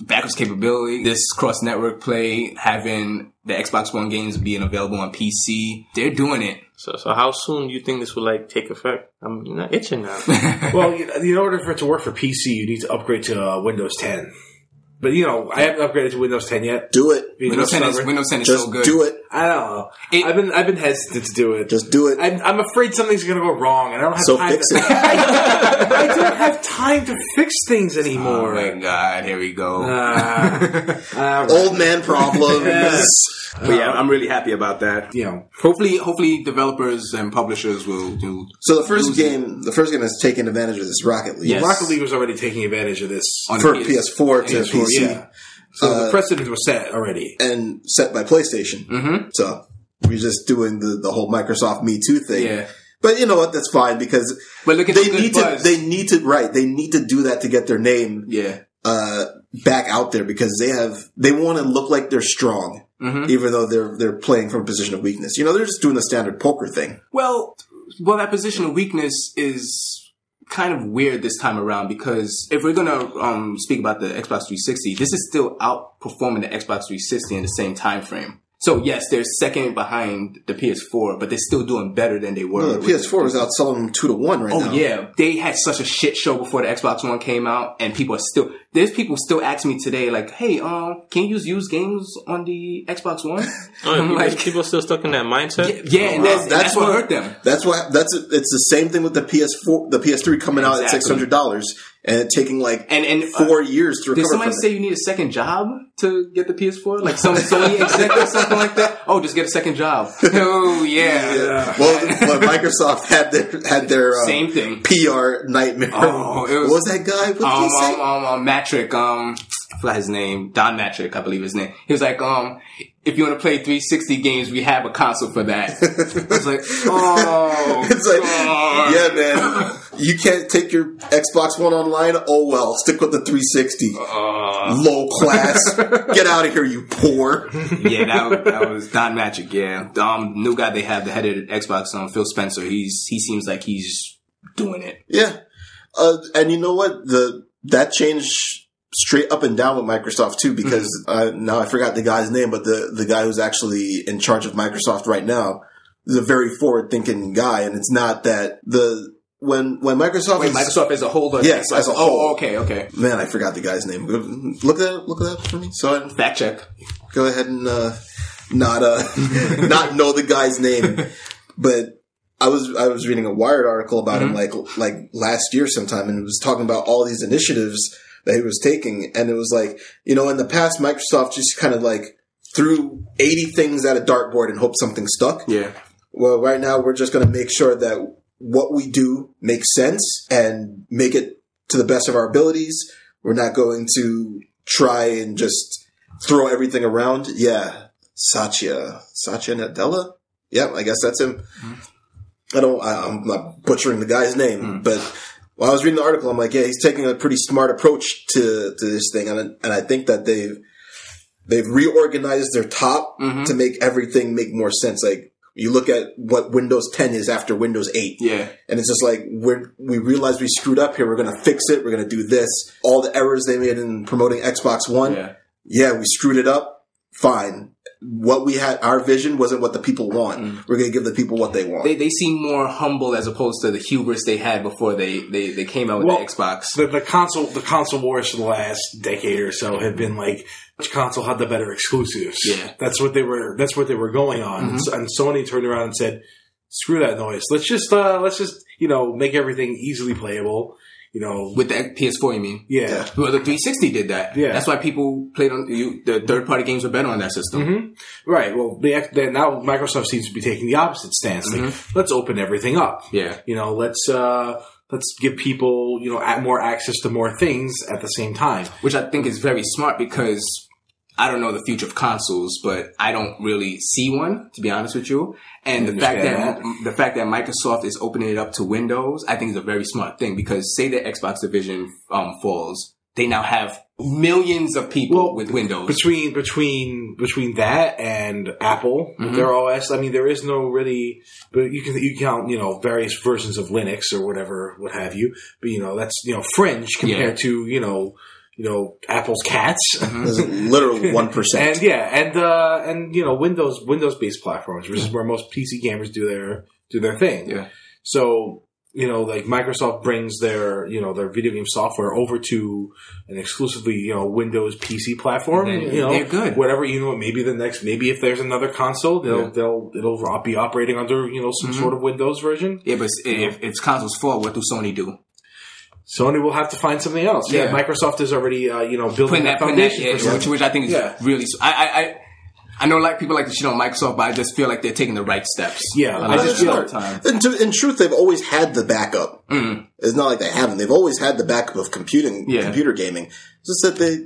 Speaker 5: Backwards capability, this cross network play, having the Xbox One games being available on PC. They're doing it.
Speaker 4: So, so how soon do you think this will like take effect? I'm not itching
Speaker 5: [laughs]
Speaker 4: now.
Speaker 3: well, you- in order for it to work for PC, you need to upgrade to uh, Windows 10. But you know, I haven't upgraded to Windows 10 yet.
Speaker 2: Do it.
Speaker 3: Being
Speaker 5: Windows 10 is,
Speaker 3: stubborn.
Speaker 5: Windows 10 is
Speaker 2: Just
Speaker 5: so good.
Speaker 2: do it.
Speaker 3: I don't know.
Speaker 5: It-
Speaker 3: I've been I've been hesitant to do it.
Speaker 2: Just do it.
Speaker 3: I'm, I'm afraid something's going to go wrong, and I don't have
Speaker 2: so
Speaker 3: time.
Speaker 2: fix
Speaker 3: to, [laughs]
Speaker 5: [laughs]
Speaker 2: it.
Speaker 3: I don't have time to fix things
Speaker 5: Oh
Speaker 3: anymore.
Speaker 5: my god, here we go. [laughs]
Speaker 3: Uh, uh,
Speaker 2: Old man problems.
Speaker 5: but [laughs] yeah, I'm really happy about that.
Speaker 3: you know,
Speaker 5: Hopefully, hopefully developers and publishers will do.
Speaker 2: So the first game, the first game that's taken advantage of this Rocket League
Speaker 5: Yes.
Speaker 3: Rocket League was already taking advantage of this.
Speaker 5: On
Speaker 2: for
Speaker 5: PS-
Speaker 2: PS4 to
Speaker 5: PS4,
Speaker 2: PC
Speaker 3: yeah. So
Speaker 2: Uh,
Speaker 3: the precedents were set already.
Speaker 2: and set by PlayStation.
Speaker 5: Mm.
Speaker 2: Mm-hmm. So we're just doing the, the whole Microsoft Me Too thing.
Speaker 5: Yeah.
Speaker 2: But you know what? That's fine because
Speaker 5: But look at
Speaker 2: they
Speaker 5: the good
Speaker 2: need
Speaker 5: buzz.
Speaker 2: to they need to right they need to do that to get their name
Speaker 5: Yeah.
Speaker 2: uh, back out there because they have they want to look like they're strong
Speaker 5: Mm-hmm.
Speaker 2: even though they're they're playing from a position of weakness. You know they're just doing the standard poker thing.
Speaker 5: Well, well, that position of weakness is kind of weird this time around because if we're gonna um, speak about the Xbox 360, this is still outperforming the Xbox 360 in the same time frame. So yes, they're second behind the PS4, but they're still doing better than they were.
Speaker 2: No, the
Speaker 5: with-
Speaker 2: PS4 is outselling them two to one right
Speaker 5: Oh
Speaker 2: now.
Speaker 5: yeah, they had such a shit show before the Xbox One came out, and people are still there's people still asking me today like, "Hey, um, can you use used games on the Xbox
Speaker 2: [laughs]
Speaker 5: One?"
Speaker 4: Oh,
Speaker 5: I'm
Speaker 4: people,
Speaker 5: like,
Speaker 4: people still stuck in that mindset.
Speaker 5: yeah, and that's, that's, what, hurt them.
Speaker 2: That's what that's it's the same thing with the PS4, the PS3 coming out at
Speaker 5: Exactly.
Speaker 2: six hundred dollars and it taking like
Speaker 5: And and uh,
Speaker 2: four years to
Speaker 5: Did
Speaker 2: recover from
Speaker 5: somebody
Speaker 2: it.
Speaker 5: say you need a second job to get the PS4? Like
Speaker 2: [laughs]
Speaker 5: some Sony exec or something like that? Oh, just get a second job. Oh yeah,
Speaker 2: Yeah.
Speaker 5: [laughs]
Speaker 2: Well, but Microsoft had their had their uh,
Speaker 5: same thing.
Speaker 2: PR nightmare.
Speaker 5: Oh, it was-
Speaker 2: What that guy? What did
Speaker 5: Um,
Speaker 2: he say?
Speaker 5: um, um, um, Matrick, um, I forgot his name. Don Matrick, I believe his name. He was like, um, if you want to play 360 games, we have a console for that. I
Speaker 2: [laughs]
Speaker 5: was like, oh,
Speaker 2: it's like,
Speaker 5: God.
Speaker 2: yeah, man, you can't take your Xbox One online. Oh well, stick with the 360.
Speaker 5: Uh-uh.
Speaker 4: Uh,
Speaker 2: Low
Speaker 5: [laughs]
Speaker 2: class, get out of here, you poor.
Speaker 5: yeah, that, was- that was Don Magic. Yeah, um, new guy they have, the head of Xbox, um, Phil Spencer. He's he seems like he's doing it.
Speaker 2: Yeah, uh, and you know what? The that changed straight up and down with Microsoft too, because uh,
Speaker 5: Mm-hmm.
Speaker 2: now I forgot the guy's name, but the the guy who's actually in charge of Microsoft right now, is a very forward thinking guy, and it's not that the when when Microsoft
Speaker 5: Wait,
Speaker 2: is-
Speaker 5: Microsoft as a whole. or
Speaker 2: Yes,
Speaker 5: Xbox?
Speaker 2: as a whole.
Speaker 5: Oh, okay, okay.
Speaker 2: Man, I forgot the guy's name. Look that up, look that up for me. So I
Speaker 5: Fact check.
Speaker 2: go ahead and uh, not uh, [laughs] not know the guy's name, but I was I was reading a Wired article about him like like last year sometime, and it was talking about all these initiatives that he was taking, and it was like you know in the past Microsoft just kind of like threw eighty things at a dartboard and hoped something stuck.
Speaker 5: Yeah.
Speaker 2: Well, right now we're just going to make sure that what we do makes sense and make it to the best of our abilities. We're not going to try and just throw everything around. Yeah, Satya, Satya Nadella. Yeah, I guess that's him. I don't. I, I'm not butchering the guy's name, but while I was reading the article, I'm like, yeah, he's taking a pretty smart approach to to this thing, and I- and I think that they've they've reorganized their top
Speaker 5: Mm-hmm.
Speaker 2: to make everything make more sense. Like you look at what Windows 10 is after Windows 8.
Speaker 5: Yeah.
Speaker 2: And it's just like we are we realize we screwed up here. We're gonna fix it. We're gonna do this. All the errors they made in promoting Xbox One.
Speaker 5: Yeah.
Speaker 2: Yeah, we screwed it up. Fine. What we had, our vision wasn't what the people want. We're gonna give the people what they want.
Speaker 5: Mm. They, they seem more humble as opposed to the hubris they had before they, they, they came out with
Speaker 3: Well,
Speaker 5: the Xbox.
Speaker 3: The, the console, the console wars for the last decade or so have been like which console had the better exclusives.
Speaker 5: Yeah.
Speaker 3: that's what they were. That's what they were going on. And, so- and Sony turned around and said, "Screw that noise. Let's just uh, let's just you know make everything easily playable. You know,
Speaker 5: With the PS4, you mean?
Speaker 3: yeah,
Speaker 2: Yeah.
Speaker 5: Well, the 360 did that.
Speaker 3: Yeah.
Speaker 5: That's why people played on you. The third party games were better on that system.
Speaker 3: Mhm. right. Well, the, X- the, now Microsoft seems to be taking the opposite stance. Like, let's open everything up.
Speaker 5: Yeah.
Speaker 3: You know, let's uh, let's give people you know a- more access to more things at the same time.
Speaker 5: Which I think is very smart because I don't know the future of consoles, but I don't really see one, to be honest with you. And the fact that,
Speaker 3: understand
Speaker 5: the fact that Microsoft is opening it up to Windows, I think is a very smart thing because say the Xbox division um, falls, they now have millions of people
Speaker 3: Well,
Speaker 5: with Windows.
Speaker 3: between between between that and Apple, their OS. I mean, there is no really, but you can you count you know various versions of Linux or whatever, what have you. But you know that's you know fringe compared to you know you know Apple's cats. [laughs]
Speaker 2: This is
Speaker 5: [laughs]
Speaker 2: literally one
Speaker 3: And
Speaker 2: percent.
Speaker 3: yeah, and uh, and you know Windows Windows based platforms, which is where most PC gamers do their do their thing.
Speaker 5: Yeah.
Speaker 3: So you know, like Microsoft brings their you know their video game software over to an exclusively you know Windows PC platform.
Speaker 5: And they-
Speaker 3: you know,
Speaker 5: they're Mm-hmm. good.
Speaker 3: Whatever you know, maybe the next, maybe if there's another console, they'll
Speaker 5: Yeah. Mm-hmm.
Speaker 3: they'll it'll be operating under you know some sort of Windows version.
Speaker 5: yeah, but if, if consoles fall, what do Sony do?
Speaker 3: Sony will have to find something else. Yeah,
Speaker 5: Yeah.
Speaker 3: Microsoft is already uh, you know building
Speaker 5: putting
Speaker 3: that
Speaker 5: that, putting that
Speaker 3: foundation.
Speaker 5: yeah,
Speaker 3: for something.
Speaker 5: which, which I think is
Speaker 3: Yeah.
Speaker 5: really. s- I, I, I, I know like people like to shit on Microsoft, but I just feel like they're taking the right steps.
Speaker 3: Yeah,
Speaker 5: A
Speaker 3: I
Speaker 5: lot of
Speaker 3: just
Speaker 5: the
Speaker 3: feel-
Speaker 5: other time.
Speaker 2: In, t- in truth, they've always had the backup.
Speaker 5: Mm.
Speaker 2: It's not like they haven't. They've always had the backup of computing,
Speaker 5: Yeah.
Speaker 2: computer gaming. It's just that they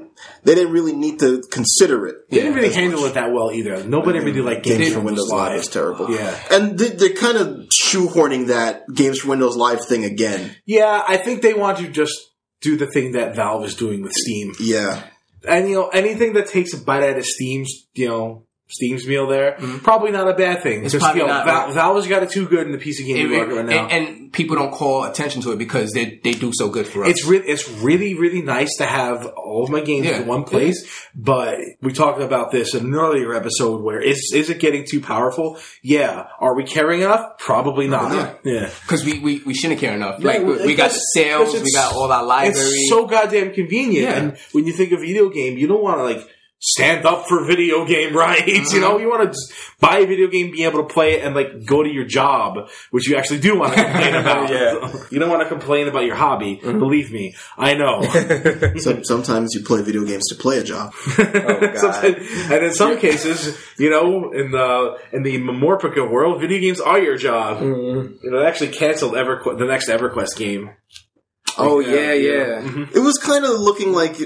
Speaker 2: they didn't really need to consider it.
Speaker 3: They didn't really handle it that well either. Nobody really like games
Speaker 2: Games
Speaker 3: for
Speaker 2: for Windows Live is terrible.
Speaker 3: Yeah.
Speaker 2: And they, they're kind of shoehorning that Games for Windows Live thing again.
Speaker 3: Yeah, I think they want to just do the thing that Valve is doing with Steam.
Speaker 5: [laughs]
Speaker 2: Yeah.
Speaker 3: And you know, anything that takes a bite out of Steam's, you know, Steam's meal there, probably not a bad thing.
Speaker 5: Mm-hmm. It's
Speaker 3: Just,
Speaker 5: probably
Speaker 3: you know,
Speaker 5: not,
Speaker 3: Val-
Speaker 5: right?
Speaker 3: Valve's got it too good in the PC
Speaker 5: It-
Speaker 3: gaming
Speaker 5: it-
Speaker 3: market right now.
Speaker 5: and, and people don't call attention to it because they they do so good for us.
Speaker 3: it's really, it's really, really nice to have all of my games
Speaker 5: Yeah.
Speaker 3: in one place. But we talked about this in an earlier episode where is is it getting too powerful? Yeah. Are we caring enough? Probably not. Yeah.
Speaker 5: because we, we, we shouldn't care enough.
Speaker 3: Yeah,
Speaker 5: like we,
Speaker 3: well,
Speaker 5: we got the
Speaker 3: it's-
Speaker 5: sales,
Speaker 3: it's-
Speaker 5: we got all our library.
Speaker 3: It's so goddamn convenient.
Speaker 5: Yeah.
Speaker 3: And when you think of video game, you don't want to like stand up for video game [laughs] rights. You
Speaker 5: Uh-huh.
Speaker 3: know, you want to just buy a video game, be able to play it, and like go to your job, which you actually
Speaker 5: [laughs]
Speaker 3: do want to complain about.
Speaker 5: Yeah.
Speaker 3: [laughs]
Speaker 5: Mm-hmm.
Speaker 3: You don't want to complain about your hobby. Believe me, I
Speaker 5: [laughs]
Speaker 3: know.
Speaker 2: So, sometimes you play video games to play a job.
Speaker 5: Oh,
Speaker 3: [laughs] Sometimes- and in some cases, you know, in the in the Memorpica world, video games are your job.
Speaker 5: Mm-hmm.
Speaker 3: You know, they actually canceled EverQuest, the next EverQuest game.
Speaker 5: oh yeah, Mm-hmm. yeah.
Speaker 2: It was kind of looking like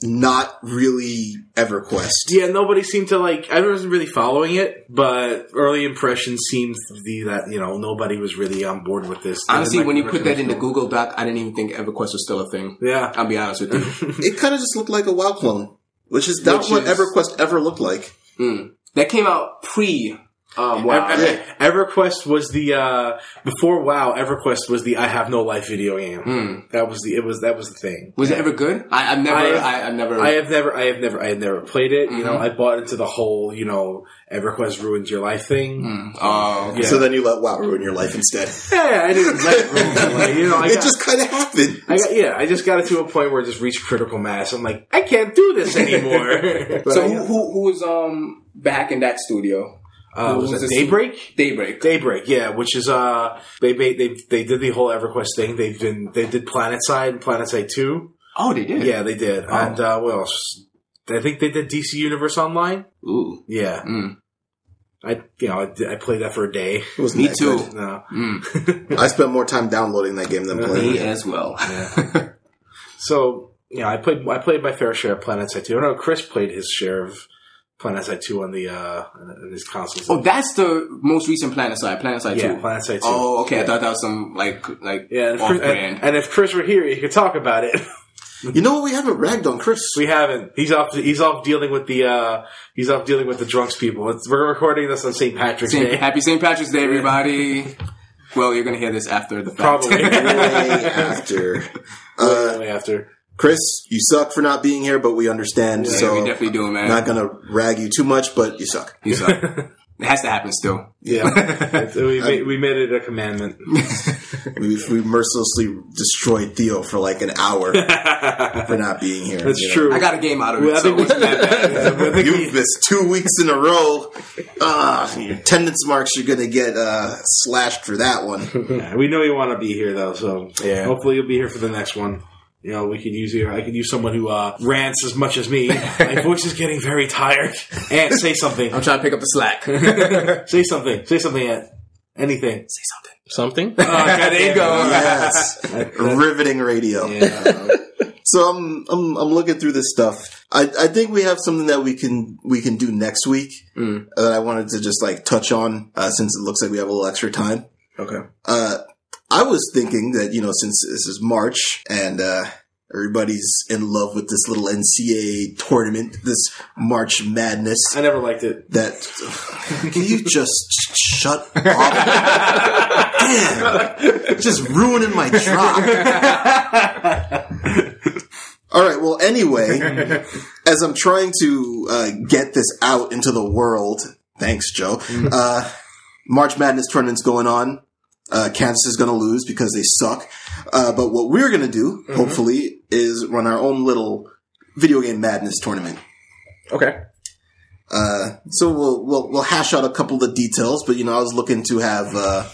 Speaker 2: not really EverQuest.
Speaker 3: Yeah, nobody seemed to like. I wasn't really following it, but early impressions seemed to be that you know nobody was really on board with this.
Speaker 5: Honestly,
Speaker 3: Like,
Speaker 5: when you put that in the
Speaker 3: recommendation.
Speaker 5: Google Doc, I didn't even think EverQuest was still a thing.
Speaker 3: yeah,
Speaker 5: I'll be honest with
Speaker 3: [laughs]
Speaker 5: you.
Speaker 2: It kind of just looked like a WoW clone, which is not
Speaker 5: Which
Speaker 2: what
Speaker 5: is-
Speaker 2: EverQuest ever looked like.
Speaker 5: Mm. That came out pre. Um,
Speaker 3: Wow.
Speaker 5: wow.
Speaker 2: Ev- Ev-
Speaker 3: EverQuest was the uh, before WoW. EverQuest was the I have no life video game.
Speaker 5: Mm.
Speaker 3: That was the it was that was the thing.
Speaker 5: Was it ever good? I, I've never.
Speaker 3: I
Speaker 5: I,
Speaker 3: have-
Speaker 5: I, have never.
Speaker 3: I have never, I have never, I have never played it. You know,
Speaker 5: Mm-hmm.
Speaker 3: I bought into the whole you know EverQuest ruined your life thing.
Speaker 5: Mm. Oh, okay.
Speaker 3: Yeah.
Speaker 2: So then you let WoW ruin your life instead.
Speaker 3: Yeah, I didn't
Speaker 2: [laughs]
Speaker 3: let it ruin my life. You know, I
Speaker 2: it
Speaker 3: got-
Speaker 2: just kind of happened.
Speaker 3: I got, yeah, I just got it to a point where it just reached critical mass. I'm like, I can't do
Speaker 5: [laughs]
Speaker 3: this anymore. But
Speaker 5: so
Speaker 3: I-
Speaker 5: who, who who was um back in that studio?
Speaker 3: uh,
Speaker 5: who
Speaker 3: was
Speaker 5: was
Speaker 3: it
Speaker 5: the-
Speaker 3: Daybreak?
Speaker 5: Daybreak.
Speaker 3: Daybreak, yeah, which is uh, they made they they did the whole EverQuest thing. They've been they did PlanetSide and PlanetSide Two.
Speaker 5: oh, they did.
Speaker 3: Yeah, they did, and uh, what else? I think they did DC Universe Online.
Speaker 5: Ooh.
Speaker 3: Yeah,
Speaker 5: Mm.
Speaker 3: I you know I, did- I played that for a day.
Speaker 2: It wasn't
Speaker 5: Me
Speaker 2: that
Speaker 5: too.
Speaker 2: good.
Speaker 3: [laughs] No.
Speaker 5: Mm.
Speaker 2: I spent more time downloading that game than playing
Speaker 5: Me
Speaker 2: it.
Speaker 5: as well.
Speaker 3: [laughs] So you know, I played I played my fair share of Planet Side 2. I know Chris played his share of Planet Side 2 on the uh on his consoles.
Speaker 5: Oh, that's the most recent Planet Side. Planet Side
Speaker 3: yeah,
Speaker 5: Two.
Speaker 3: Planet Side 2.
Speaker 5: Oh, okay. I thought that was some like like
Speaker 3: yeah, and if,
Speaker 5: off
Speaker 3: Chris,
Speaker 5: brand.
Speaker 3: and, and if Chris were here, he could talk about it. [laughs]
Speaker 2: You know what? We haven't ragged on Chris.
Speaker 3: we haven't. He's off. He's off dealing with the. uh He's off dealing with the drunks people. It's, we're recording this on St. Patrick's [laughs]
Speaker 5: Saint-
Speaker 3: Day.
Speaker 5: happy St. Patrick's Day, everybody. well, you're gonna hear this after the fact. [laughs]
Speaker 3: Probably.
Speaker 2: [laughs] Way after. Uh,
Speaker 3: Only after.
Speaker 2: Chris, you suck for not being here, but we understand.
Speaker 5: Yeah,
Speaker 2: so
Speaker 5: we definitely do, man.
Speaker 2: not gonna rag you too much, but you suck.
Speaker 5: He's like, it has to happen still.
Speaker 3: Yeah,
Speaker 5: [laughs]
Speaker 3: we made, we made it a commandment.
Speaker 2: We, we mercilessly destroyed Theo for like an hour for not being here.
Speaker 3: That's
Speaker 2: you know.
Speaker 3: true.
Speaker 5: I got a game out of
Speaker 3: Well, I
Speaker 5: it.
Speaker 3: think
Speaker 5: So
Speaker 3: we- [laughs]
Speaker 5: it's not bad.
Speaker 3: I think we-
Speaker 2: You've missed two weeks in a row. Ah, your attendance marks you're gonna get uh, slashed for that one.
Speaker 3: Yeah, we know you want to be here though, so
Speaker 5: Yeah.
Speaker 3: hopefully you'll be here for the next one. You know, we could use you. I could use someone who uh, rants as much as me. My voice is getting very tired. Aunt, say something.
Speaker 5: I'm trying to pick up the [laughs] slack. say something.
Speaker 3: Say something. Say something, Aunt. Anything.
Speaker 4: Something?
Speaker 3: Oh, God,
Speaker 5: there you go.
Speaker 2: Yes, [laughs] riveting radio. So I'm I'm I'm looking through this stuff. I, I think we have something that we can we can do next week uh, that I wanted to just like touch on uh, since it looks like we have a little extra time.
Speaker 5: Okay.
Speaker 2: Uh, I was thinking that you know since this is March and uh, everybody's in love with this little NCAA tournament, this March Madness.
Speaker 3: I never
Speaker 2: [laughs]
Speaker 3: liked it.
Speaker 2: That can you just shut up? [laughs] Damn, just ruining my
Speaker 3: [laughs]
Speaker 2: drop. All right. Well, anyway, as I'm trying to uh, get this out into the world, thanks, Joe. Uh, March Madness tournament's going on. Uh, Kansas is going to lose because they suck. Uh, but what we're going to do, hopefully, is run our own little video game madness tournament.
Speaker 5: [laughs] Okay.
Speaker 2: Uh, so we'll, we'll we'll hash out a couple of the details, but you know, I was looking to have, uh,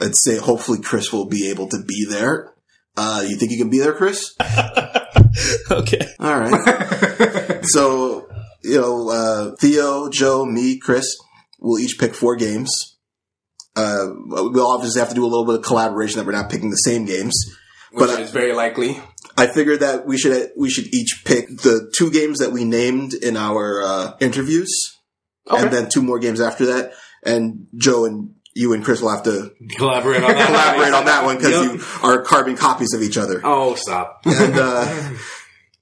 Speaker 2: let's say, hopefully Chris will be able to be there. Uh, you think you can be there, Chris?
Speaker 4: okay.
Speaker 2: All right.
Speaker 3: [laughs]
Speaker 2: so you know, uh, Theo, Joe, me, Chris, we'll each pick four games. Uh, we'll obviously have to do a little bit of collaboration that we're not picking the same games.
Speaker 5: Which
Speaker 2: But I-
Speaker 5: is very likely.
Speaker 2: I figured that we should we should each pick the two games that we named in our uh, interviews, and then two more games after that. And Joe and you and Chris will have to
Speaker 3: Collaborate on that.
Speaker 2: elaborate on that one because
Speaker 3: Yep.
Speaker 2: you are carbon copies of each other. [laughs]
Speaker 3: Oh, stop.
Speaker 2: And uh,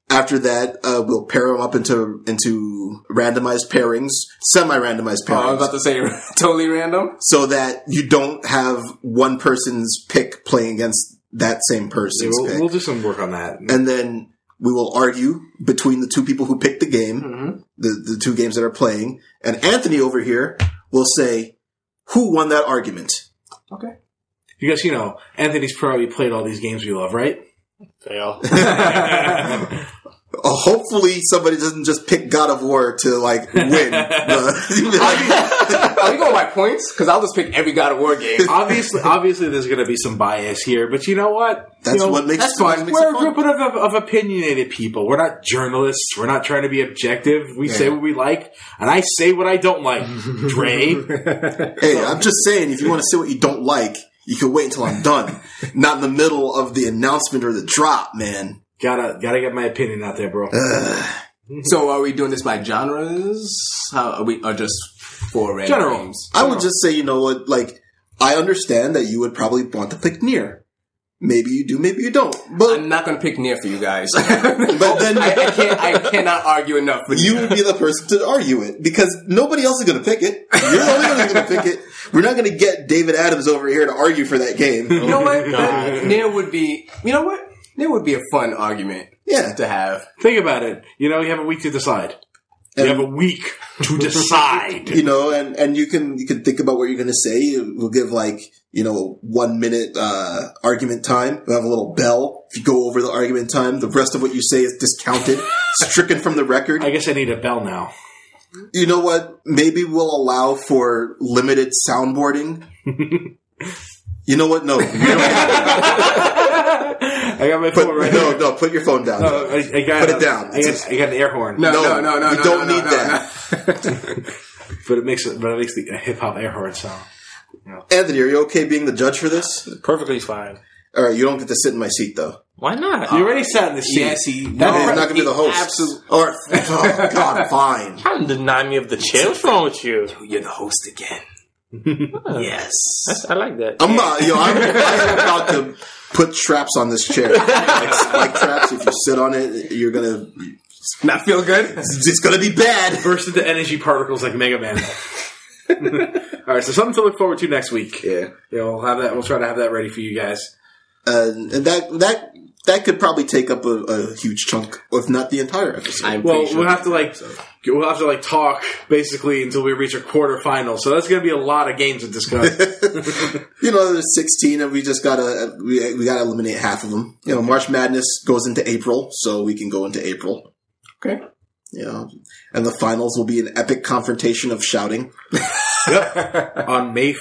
Speaker 2: after that, uh, we'll pair them up into into randomized pairings, semi-randomized
Speaker 5: Oh, I
Speaker 2: pairings,
Speaker 5: was about to say [laughs] totally random. [laughs]
Speaker 2: so that you don't have one person's pick playing against that same
Speaker 3: Yeah,
Speaker 2: person's
Speaker 3: we'll,
Speaker 2: pick.
Speaker 3: we'll do some work on that.
Speaker 2: and then we will argue between the two people who picked the game, the, the two games that are playing, and Anthony over here will say who won that argument.
Speaker 3: Because, you know, Anthony's probably played all these games we love, right? [laughs]
Speaker 4: Fail.
Speaker 2: Uh, hopefully, somebody doesn't just pick God of War to like win. the- [laughs]
Speaker 5: Are we going by points? Because I'll just pick every God of War game.
Speaker 3: obviously, obviously, there's going to be some bias here, but you know what?
Speaker 2: that's
Speaker 3: you know,
Speaker 2: what makes
Speaker 5: that's fine.
Speaker 2: Makes it
Speaker 3: We're a
Speaker 2: fun.
Speaker 3: group of, of, of opinionated people. We're not journalists. We're not trying to be objective. We say what we like, and I say what I don't like.
Speaker 2: [laughs]
Speaker 3: Dre,
Speaker 2: Hey, I'm just saying, if you want to say what you don't like, you can wait until I'm
Speaker 5: [laughs]
Speaker 2: done, not in the middle of the announcement or the drop, man.
Speaker 3: gotta gotta get my opinion out there, bro.
Speaker 2: Uh.
Speaker 5: So are we doing this by genres? How are we? Or just four random
Speaker 3: General.
Speaker 5: games?
Speaker 2: I would just say, you know what, like, I understand that you would probably want to pick near. Maybe you do, maybe you don't. But
Speaker 5: I'm not going to pick near for you guys. [laughs] but
Speaker 2: but then
Speaker 5: I, [laughs] I can't. I cannot argue enough. [laughs] But
Speaker 2: [laughs] you would be the person to argue it because nobody else is going to pick it. You're the only one who's going to pick it. We're not going to get David Adams over here to argue for that game.
Speaker 5: [laughs] you know what?
Speaker 4: God.
Speaker 5: Near would be. You know what? Near would be a fun argument
Speaker 2: Yeah.
Speaker 5: to have.
Speaker 3: Think about it. You know, you have a week to decide. You
Speaker 2: And-
Speaker 3: have a week
Speaker 2: [laughs]
Speaker 3: to decide.
Speaker 2: You know, and, and you can you can think about what you're going to say. We'll give like you know one minute uh, argument time. We'll have a little bell. If you go over the argument time, the rest of what you say is discounted, stricken from the record.
Speaker 3: I guess I need a bell
Speaker 2: [laughs]
Speaker 3: now.
Speaker 2: you know what? Maybe we'll allow for limited soundboarding. you know what? No, [laughs] You don't-
Speaker 3: I got my
Speaker 2: put,
Speaker 3: phone
Speaker 2: [laughs]
Speaker 3: right
Speaker 2: no,
Speaker 3: here.
Speaker 2: no. Put your phone down.
Speaker 3: Oh, I, I got
Speaker 2: Put it down.
Speaker 3: I got, I got an air horn.
Speaker 5: No,
Speaker 2: No,
Speaker 5: no, no, no.
Speaker 2: you
Speaker 5: no,
Speaker 2: don't
Speaker 5: no,
Speaker 2: need
Speaker 5: no,
Speaker 2: that.
Speaker 5: no.
Speaker 3: [laughs] but it makes it. But it makes the a hip hop air horn sound.
Speaker 2: Anthony, are you okay being the judge for this?
Speaker 4: [laughs] Perfectly fine.
Speaker 2: All right, you don't get to sit in my seat though.
Speaker 4: Why not?
Speaker 3: You already sat in the seat.
Speaker 5: Yes, he.
Speaker 2: No,
Speaker 5: no,
Speaker 2: I'm not gonna be the host.
Speaker 3: absolute-
Speaker 2: [laughs] All right. Oh, God, fine.
Speaker 4: Trying to deny me of the chair. What's wrong with you?
Speaker 5: Uh, you're the host again.
Speaker 4: [laughs]
Speaker 5: yes.
Speaker 4: That's, I like that.
Speaker 2: I'm not, yo, I'm, I'm about to put traps on this chair. Like, like traps, if you sit on it, you're gonna,
Speaker 5: Not feel good.
Speaker 2: it's gonna be bad.
Speaker 3: Burst into energy particles like Mega
Speaker 2: [laughs]
Speaker 3: Man. [laughs] All right, so something to look forward to next week.
Speaker 5: Yeah.
Speaker 3: Yeah, we'll have that. We'll try to have that ready for you guys.
Speaker 2: Uh, and that, that, that could probably take up a, a huge chunk, if not the entire episode.
Speaker 5: I'm
Speaker 3: Well,
Speaker 5: pretty sure
Speaker 3: we'll have to like we'll have to like talk basically until we reach a quarterfinal. So that's going to be a lot of games to discuss.
Speaker 2: [laughs] you know, there's 16 and we just gotta, we, we gotta eliminate half of them. You know, March Madness goes into April, so we can go into April.
Speaker 5: Okay.
Speaker 2: You know, and the finals will be an epic confrontation of shouting.
Speaker 3: on May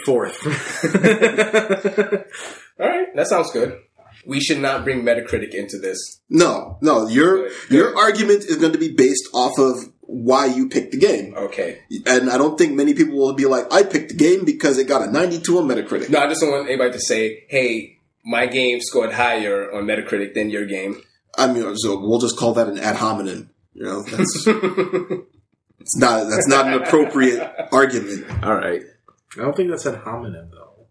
Speaker 3: 4th. All right.
Speaker 5: that sounds good. We should not bring Metacritic into this.
Speaker 2: No, no, your,
Speaker 5: Good, good.
Speaker 2: your argument is going to be based off of why you picked the game.
Speaker 5: Okay.
Speaker 2: and I don't think many people will be like, I picked the game because it got a 92 on Metacritic.
Speaker 5: No, I just don't want anybody to say, "Hey, my game scored higher on Metacritic than your game."
Speaker 2: I mean, so we'll just call that an ad hominem. You know, that's it's not that's not an appropriate argument.
Speaker 5: All right.
Speaker 3: I don't think that's an hominem though.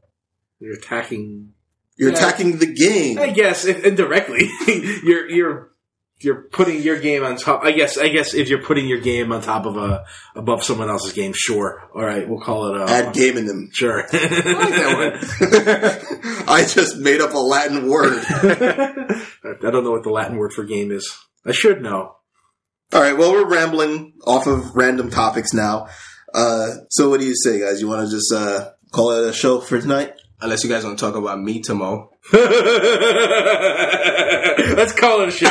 Speaker 3: You're attacking.
Speaker 2: You're attacking the game.
Speaker 3: I guess if, indirectly, [laughs] you're you're you're putting your game on top. I guess I guess if you're putting your game on top of a above someone else's game, sure. All right, we'll call it a
Speaker 2: Ad game in
Speaker 3: [laughs]
Speaker 2: them.
Speaker 3: sure.
Speaker 2: [laughs] I just made up a Latin word.
Speaker 3: [laughs] I don't know what the Latin word for game is. I should know. [laughs]
Speaker 2: All right, well, we're rambling off of random topics now. Uh, so, what do you say, guys? You want to just uh, call it a show for tonight?
Speaker 5: Unless you guys want to talk about me [laughs] tomorrow.
Speaker 3: Let's call it a show. [laughs]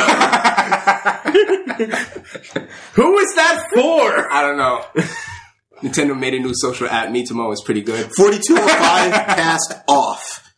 Speaker 3: Who is that for?
Speaker 5: I don't [laughs] know. Nintendo made a new social app. Me tomorrow is pretty good.
Speaker 2: 4205 cast off.